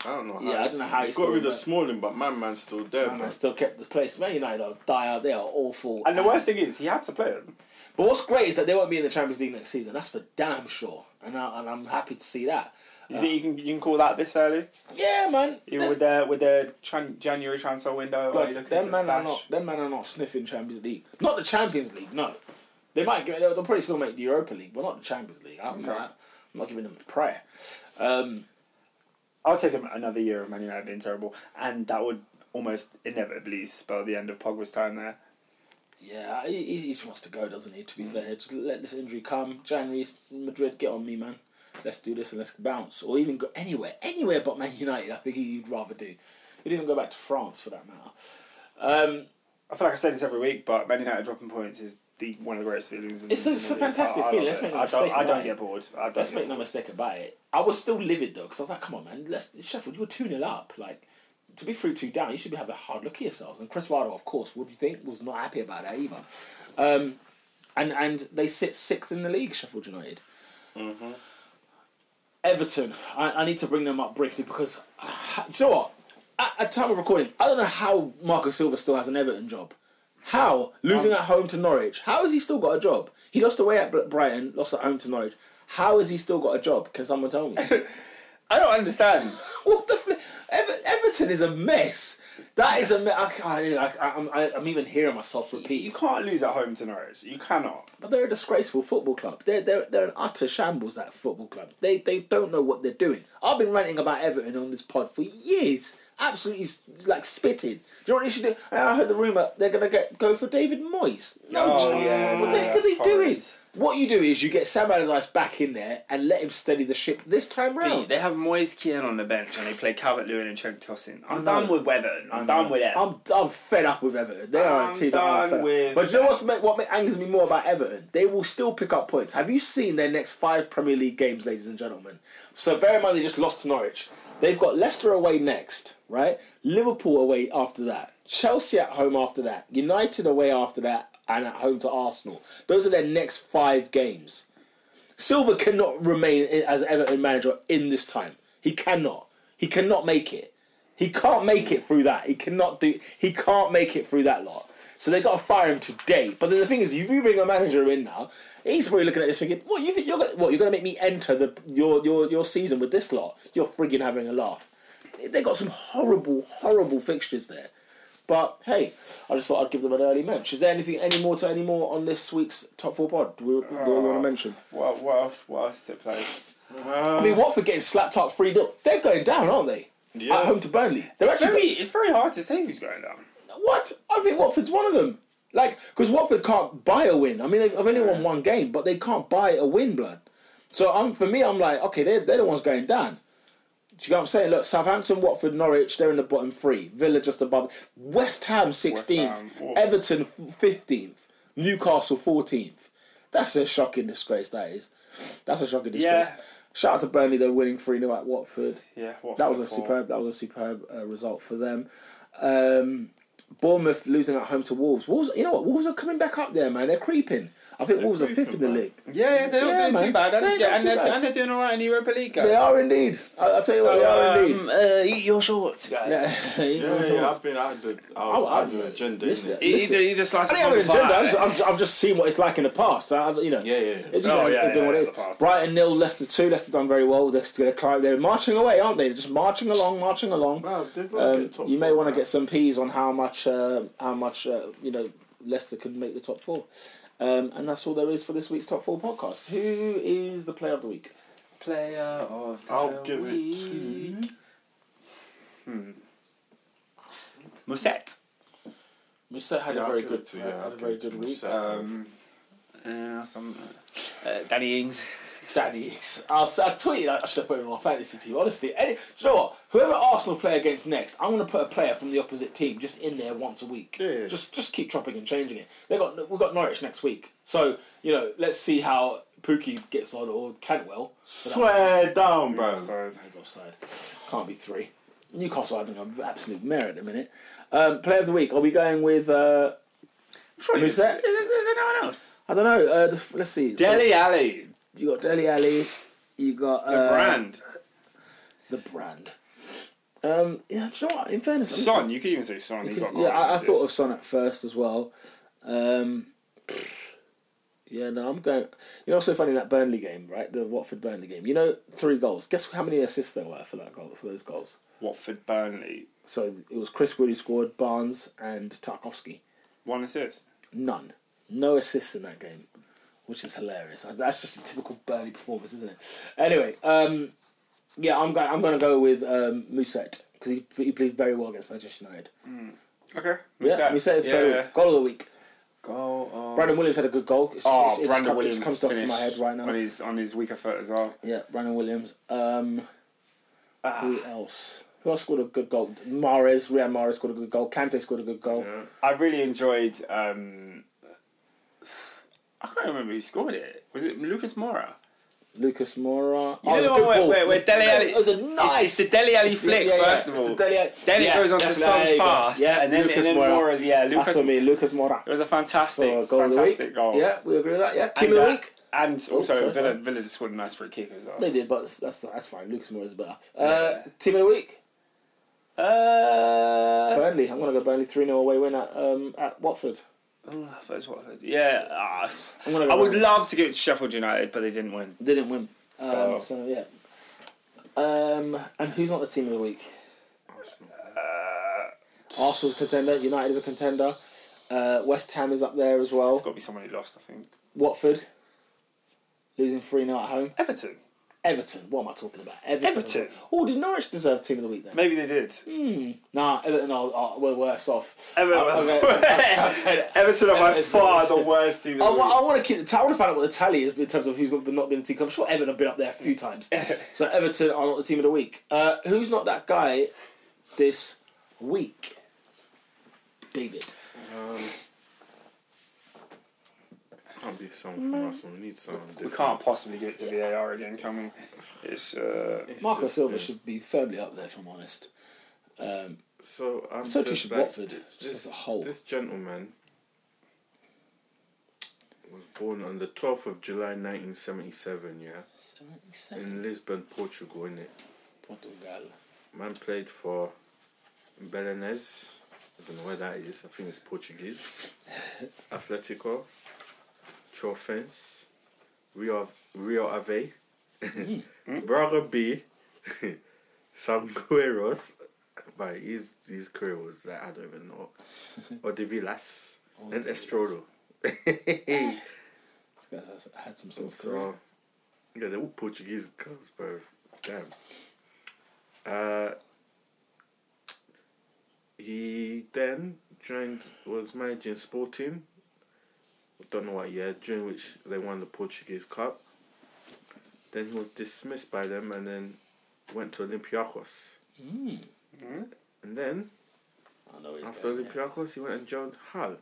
I don't know. How Yeah, I don't he's- know how he's got still rid there. of Smalling, but my man's still there. And I bro. still kept the place. Man United are dire. They are awful. Ah. And the worst thing is, he had to play him. But what's great is that they won't be in the Champions League next season. That's for damn sure. And, I, and I'm happy to see that. You think you can you can call that this early? Yeah, man. You- Them- With the with the tran- January transfer window, are you Like, looking them to man are stash? not. Them man are not sniffing Champions League. Not the Champions League. No, they might. Get, they'll, they'll probably still make the Europa League, but not the Champions League. I'm, not, I'm not giving them a prayer. Um, I'll take him another year of Man United being terrible, and that would almost inevitably spell the end of Pogba's time there. yeah, he, he he just wants to go, doesn't he? To Mm. be fair, just let this injury come. January, Madrid, get on me, man. Let's do this and let's bounce, or even go anywhere, anywhere but Man United. I think he'd rather do. He'd even go back to France for that matter. Um, I feel like I say this every week, but Man United dropping points is the one of the greatest feelings. in- It's a- in it's the a league. fantastic I- I feeling, love let's it. make no I don't, mistake I about don't it. get bored. I don't Let's get make no bored. mistake about it. I was still livid though, because I was like, "Come on, man, let's Sheffield, you were two 0 up. Like to be three two down, you should be having a hard look at yourselves." And Chris Wilder, of course, would you think was not happy about that either. Um, and and they sit sixth in the league, Sheffield United. Everton, I, I need to bring them up briefly because uh, do you know what? At, at time of recording, I don't know how Marco Silva still has an Everton job. How losing at home to Norwich? How has he still got a job? He lost away at Bl- Brighton, lost at home to Norwich. How has he still got a job? Can someone tell me? I don't understand. what the flip? Ever- Everton is a mess. That is a mess. I, can't- I, I, I'm, I, I'm even hearing myself You repeat. can't lose at home to Norwich. You cannot. But they're a disgraceful football club. They're, they're, they're an utter shambles, that football club. They, they don't know what they're doing. I've been ranting about Everton on this pod for years. Absolutely, like, spitting. Do you know what they should do? And I heard the rumour they're going to get go for David Moyes. No, Oh, John. yeah, what the heck are that's they horrid. doing? What you do is you get Sam Allardyce back in there and let him steady the ship this time round. They have Moyes Keane on the bench and they play Calvert Lewin and Trent Tossin. I'm know. done with Weather. I'm done with it. I'm, I'm fed up with Everton. They are a I'm team that done I'm fed up. with But you know what's ma- what ma- angers me more about Everton? They will still pick up points. Have you seen their next five Premier League games, ladies and gentlemen? So bear in mind they just lost to Norwich. They've got Leicester away next, right? Liverpool away after that. Chelsea at home after that. United away after that, and at home to Arsenal. Those are their next five games. Silva cannot remain i- as Everton manager in this time. He cannot. He cannot make it. He can't make it through that. He cannot do. He can't make it through that lot. So they got to fire him today. But then the thing is, if you bring a manager in now, he's probably looking at this thinking, "What you think you're gonna, what you're going to make me enter the your your your season with this lot? You're frigging having a laugh." They got some horrible, horrible fixtures there. But hey, I just thought I'd give them an early mention. Is there anything any more to any more on this week's top four pod? Do we, do we want to mention? What, what else? What else took place? I mean, Watford getting slapped up 3 0. They're going down, aren't they? Yeah. At home to Burnley. They're It's actually. very, it's very hard to say who's going down. go- what? I think Watford's one of them. Like, because Watford can't buy a win. I mean, they've, they've only won one game, but they can't buy a win, blood. So I'm, for me, I'm like, okay, they're, they're the ones going down. Do you know what I'm saying? Look, Southampton, Watford, Norwich, they're in the bottom three. Villa just above. West Ham 16th. West Ham, oh. Everton 15th. Newcastle 14th. That's a shocking disgrace, that is. That's a shocking disgrace. Yeah. Shout out to Burnley, they're winning 3 0 at Watford. Yeah, what That was a for- superb. That was a superb uh, result for them. Um, Bournemouth losing at home to Wolves. Wolves, you know what? Wolves are coming back up there, man. They're creeping. I think Wolves are fifth in creeping, the man. league. Yeah, yeah, they're not Yeah, doing man. too bad, and They're they're, not and, too they're, bad. and they're doing all right in the Europa League. Guys. They are indeed. I, I'll tell you what, they are indeed. um, uh, eat your shorts, guys. Yeah, Yeah, yeah, I've been out the Oh, I- out the agenda. listen. innit? Eat, eat, Listen. the, eat the slice of I didn't have an humble agenda. pie. I've just, I've, I've just seen what it's like in the past. I, I've, you know, Yeah, yeah. It just Oh, has yeah, been yeah, what it yeah, is. the past. Brighton nil, Leicester two. Leicester done very well. They're still climb. They're marching away, aren't they? They're just marching along, marching along. Wow, they've got to Um, get top you may four, want to man. get some peas on how much, uh, how much uh, you know, Leicester can make the top four. Um, and that's all there is for this week's top four podcast. Who is the player of the week? Player of the I'll give it week. to Musette. Musette had Yeah, a I'll very give good, it to you, uh, yeah, had I'll a give very it to good week. Musette. Um, uh, some, uh, Danny Ings. Danny Ings. I'll, s- I tweeted, I should have put him on my fantasy team. Honestly, any, do you know what? Whoever Arsenal play against next, I'm going to put a player from the opposite team just in there once a week. Yeah, yeah. Just just keep chopping and changing it. They got we've got Norwich next week, so you know let's see how Pookie gets on or Cantwell. But that- Swear down, bro. So, He's offside. Can't be three. Newcastle having an absolute mare at the minute. Um, player of the week. Are we going with? Uh, Surely- Who's that? Is, there- is there no one else? I don't know. Uh, the, let's see. So Deli Alley, you got Deli Ali. You got the uh, brand. The brand. Um, yeah, do you know what? In fairness, I'm- Son, you could even say Son. he Because- got goal yeah, I, I against thought us. of Son at first as well. Um, yeah, no, I'm going. You know, it's so funny that Burnley game, right? The Watford Burnley game. You know, three goals. Guess how many assists there were for that goal for those goals. Watford, Burnley, So it was Chris Wood who scored, Barnes and Tarkovsky. one assist. None, no assists in that game, which is hilarious. Uh, That's just a typical Burnley performance, isn't it? Anyway, um, yeah, I'm going. I'm going to go with um, Musette because he he played very well against Manchester United. Okay. Yeah, Musette is very goal of the week. Goal. of- Brandon Williams had a good goal. It's, Oh, it's- it's Brandon come- Williams It comes off to my finished head right now. On his on his weaker foot as well. Yeah, Brandon Williams. Um, Who Ah. else? Who else scored a good goal? Mares, Riyad Mahrez scored a good goal. Kante scored a good goal. Yeah. I really enjoyed. Um, I can't remember who scored it. Was it Lucas Mora? Lucas Moura. Oh, You know the one where, where, where Dele Alli- It was a it's- nice. It's, the Dele Alli flick, yeah, yeah. first of It's all. the Dele Alli- then Yeah, it goes on to definitely. Son's There you go. pass. Yeah, and then, Lucas and then Moura. Mora's, yeah, Lucas. That's what I mean, Lucas Moura. It was a fantastic, For a goal of the fantastic week. goal. Yeah, we agree with that. Yeah, team And, of the uh, week. Oh, and also, sorry. Villa, Villa just scored a nice free kick as well. They did, but that's that's fine. Lucas Moura is better. Uh, team of the week. Uh, Burnley. I'm gonna go Burnley three 0 away win at um, at Watford. oh, that's Watford. Yeah, ah, I'm gonna go I would Burnley. love to give it to Sheffield United, but they didn't win. They didn't win. Um, So- so. yeah. Um, and who's not the team of the week? Arsenal's a contender. United is a contender. Uh, West Ham is up there as well. It's got to be someone who lost, I think. Watford losing three 0 at home. Everton. Everton. What am I talking about? Everton. Everton. Oh, did Norwich deserve team of the week then? Maybe they did. Nah, Everton are, are were worse off. Uh, Everton, Okay. Everton are by Everton. far the worst team. in the I, league. want to keep the. I want to find out what the tally is in terms of who's not been, not been in the team. 'cause I'm sure Everton have been up there a few times. so Everton are not the team of the week. Uh, who's not that guy this week? David. Can't be something from Arsenal. We need something We different. can't possibly get to VAR again, can we? It's uh, It's Marco just- Silva yeah. should be firmly up there, if I'm honest. Um, So I'm so too just should like, Watford, just This, as a whole. this gentleman was born on the 12th of July 1977, yeah, in Lisbon, Portugal, innit? Portugal. Man played for Belenenses. I don't know where that is. I think it's Portuguese. Atletico, Trofense, Rio Rio Ave, Braga B, Sangueros. But his his career was like, I don't even know. Odivilas and Estrodo. This guy's has- had some sort of career. So, yeah, they're all Portuguese clubs, bro. Damn. Uh, he then joined, was managing Sporting. Don't know what year, during which they won the Portuguese Cup. Then he was dismissed by them and then went to Olympiacos. And then I Hmm. know where he's after going, yeah. Olympiacos, he went and joined Hull.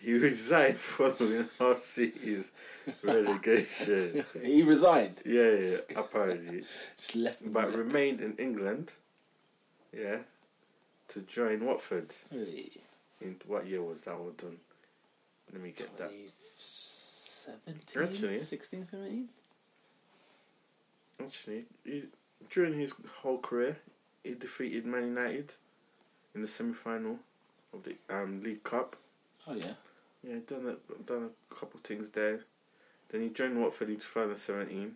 He resigned from Hull City's relegation. He resigned. Yeah, yeah, apparently. Just left. him But there. remained in England, yeah, to join Watford. Hey, In what year was that all done? Let me get that. 2017? Actually- 16, 17? Actually, he, during his whole career, he defeated Man United in the semi final of the um, League Cup. Oh, yeah. Yeah, done a, done a couple things there. Then he joined Watford in 2017.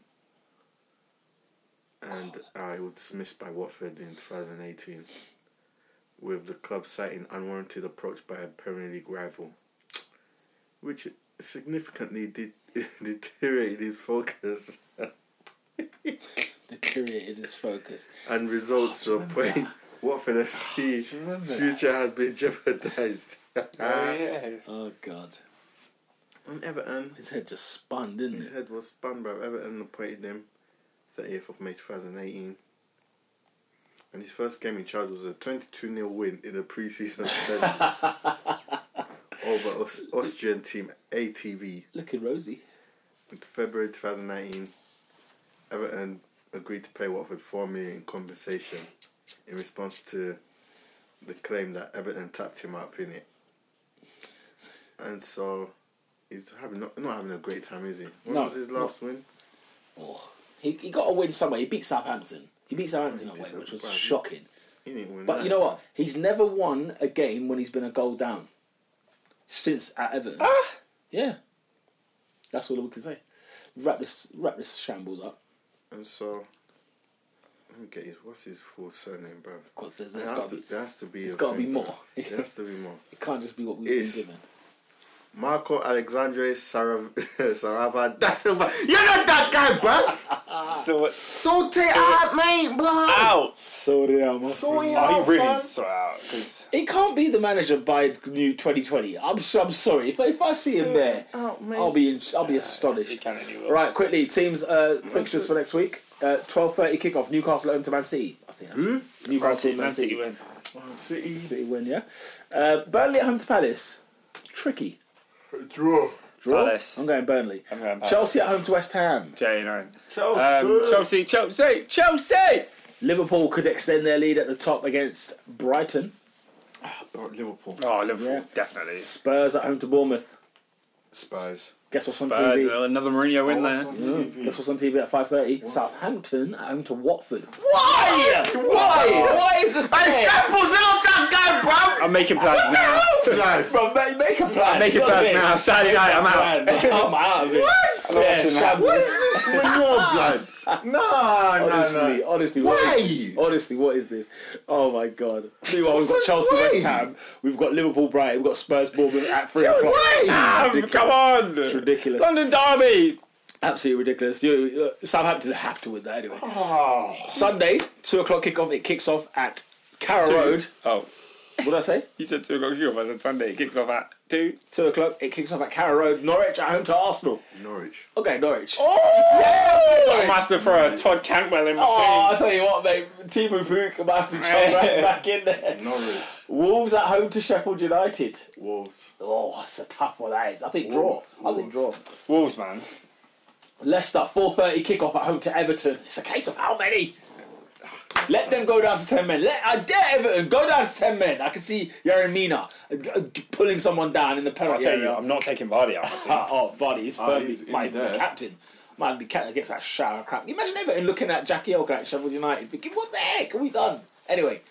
And uh, he was dismissed by Watford in 2018 with the club citing unwarranted approach by a Premier League rival, which significantly de- deteriorated his focus Deteriorated his focus. and results to a point Watford FC remember that? future has been jeopardised. oh, yeah. Oh, God. and Everton His head just spun, didn't His it? head was spun by Everton appointed him 30th of May 2018. And his first game in charge was a 22 0 win in a pre season over Aus- Austrian team ATV Looking rosy. in February 2019. Everton agreed to pay Watford 4 million in compensation in response to the claim that Everton tapped him up in it. And so he's having not, not having a great time, is he? When No, was his last win? Oh, he, he got a win somewhere. He beat Southampton. He beat Southampton away, which was shocking. He didn't win But that. you know what? He's never won a game when he's been a goal down since at Everton. Ah! Yeah, that's all we can say. Wrap this, wrap this shambles up And so, let me get his, what's his full surname, bro? because there's, There there's has got to, to, there has to be. it's a got to be thing, more. bro. it There has to be more. can't just be what we've been It's- given. Marco Alexandre Sarav- Sarava da Silva. You're not that guy, bruv. So what? Saute out, mate, bro. Out. So Saute Oh, out, he really fam. is so out. 'cause- He can't be the manager by new 2020. I'm so- I'm sorry if, if I see him there, out, mate. I'll be in, I'll be he astonished. can anyway. Right, quickly teams uh, fixtures for next week. Uh, 12:30 kickoff. Newcastle at home to Man City. I think. That's Who? Newcastle at Man City win. Man City. City win, yeah. Uh, Burnley at home to Palace. Tricky. Draw. Draw. Palace. I'm going Burnley. I'm going Palace. Chelsea at home to West Ham. J9. Chelsea. Um, Chelsea, Chelsea, Chelsea! Liverpool could extend their lead at the top against Brighton. Oh, Liverpool. Oh, Liverpool, Yeah. definitely. Spurs at home to Bournemouth. Spurs. Guess what's on Spurs, TV? uh, another Mourinho win Oh, there. some Mm, Guess TV. what's on TV at 5.30? Southampton at home to Watford. Why? Why? Why is this Uh, I'm making plans now. Bro, make, make a plan. I'm You making know plans what now. Saturday night, I'm I out. mean? I'm out of it. I'm Yeah, watching that. shambles. What is this manure, blood? Nah, nah, Honestly, nah. honestly, What Why? is, honestly, what is this? Oh my god! Meanwhile, we've got Chelsea, Why? West Ham, we've got Liverpool, Brighton, we've got Spurs, Bournemouth at three o'clock. Ah, Ridiculous. come on! It's ridiculous, London Derby! absolutely ridiculous. You, uh, Southampton have to win that anyway. Ah. Sunday, two o'clock kickoff. It kicks off at Carrow Road. Oh, What did I say? you said 2 o'clock kickoff. I said Sunday. It kicks off at 2. Two o'clock. It kicks off at Carrow Road. Norwich at home to Arsenal. Norwich. Okay, Norwich. Oh! I must have thrown a Todd Cantwell in my Oh, oh, I tell you what, mate. Timu Puk about to jump right back in there. Norwich. Wolves at home to Sheffield United. Wolves. Oh, it's a tough one that is. I think draw. Wolves, I think draw. Wolves, man. Leicester, 4.30 kickoff at home to Everton. It's a case of how many? Let them go down to 10 men. Let, I dare Everton go down to 10 men. I can see Yaron Mina uh, uh, pulling someone down in the I penalty tell you, area. I'm not taking Vardy out. of my team. Ah, oh, Vardy, he's Ah, firmly he's in might be there. captain. Might be captain against that shower of crap. Can you Imagine Everton looking at Jackie Elka at Sheffield United thinking, what the heck have we done? Anyway,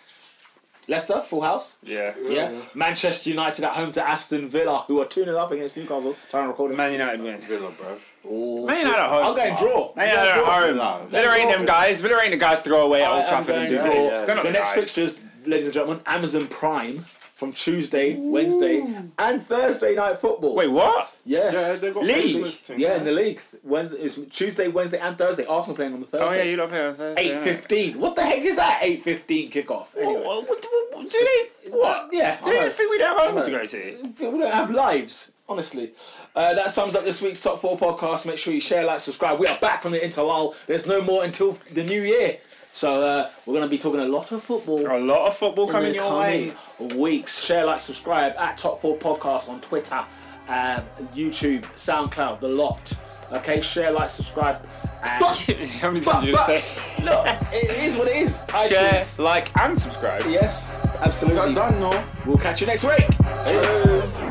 Leicester, full house. yeah. Yeah. Manchester United at home to Aston Villa, who are 2 0 up against Newcastle. Trying to record it. Man United win. Villa, bruv. Ooh. Man United at home. I'm going draw. Man United at home. No. Villa ain't them guys. Villa ain't the guys to go away at I Old am Trafford and do going draw. this. They're not The next guys. fixtures, ladies and gentlemen, Amazon Prime from Tuesday, Wednesday, and Thursday night football. Wait, what? yes. got League. Christmas team, Yeah, in the league. Wednesday, it's Tuesday, Wednesday, and Thursday. Arsenal playing on the Thursday. Oh yeah, you don't play on Thursday. Eight fifteen. What the heck is that? Eight fifteen kickoff. What, Anyway. Oh, what, what, what, do they? What? Yeah. Do they alright. think we don't have homes to Alright. go to? We don't have lives, honestly. Uh, that sums up this week's top four podcast. Make sure you share, like, subscribe. We are back from the interlull. There's no more until the new year. So uh, we're going to be talking a lot of football. A lot of football Oh, coming the your way. coming Weeks. Share, like, subscribe at Top Four Podcast on Twitter, um, YouTube, SoundCloud, the lot. Okay, share, like, subscribe. And How many But- times did you but- say? look, it is what it is. Share, iTunes. like, and subscribe. Yes, absolutely. Got done, no? We'll catch you next week. Yes.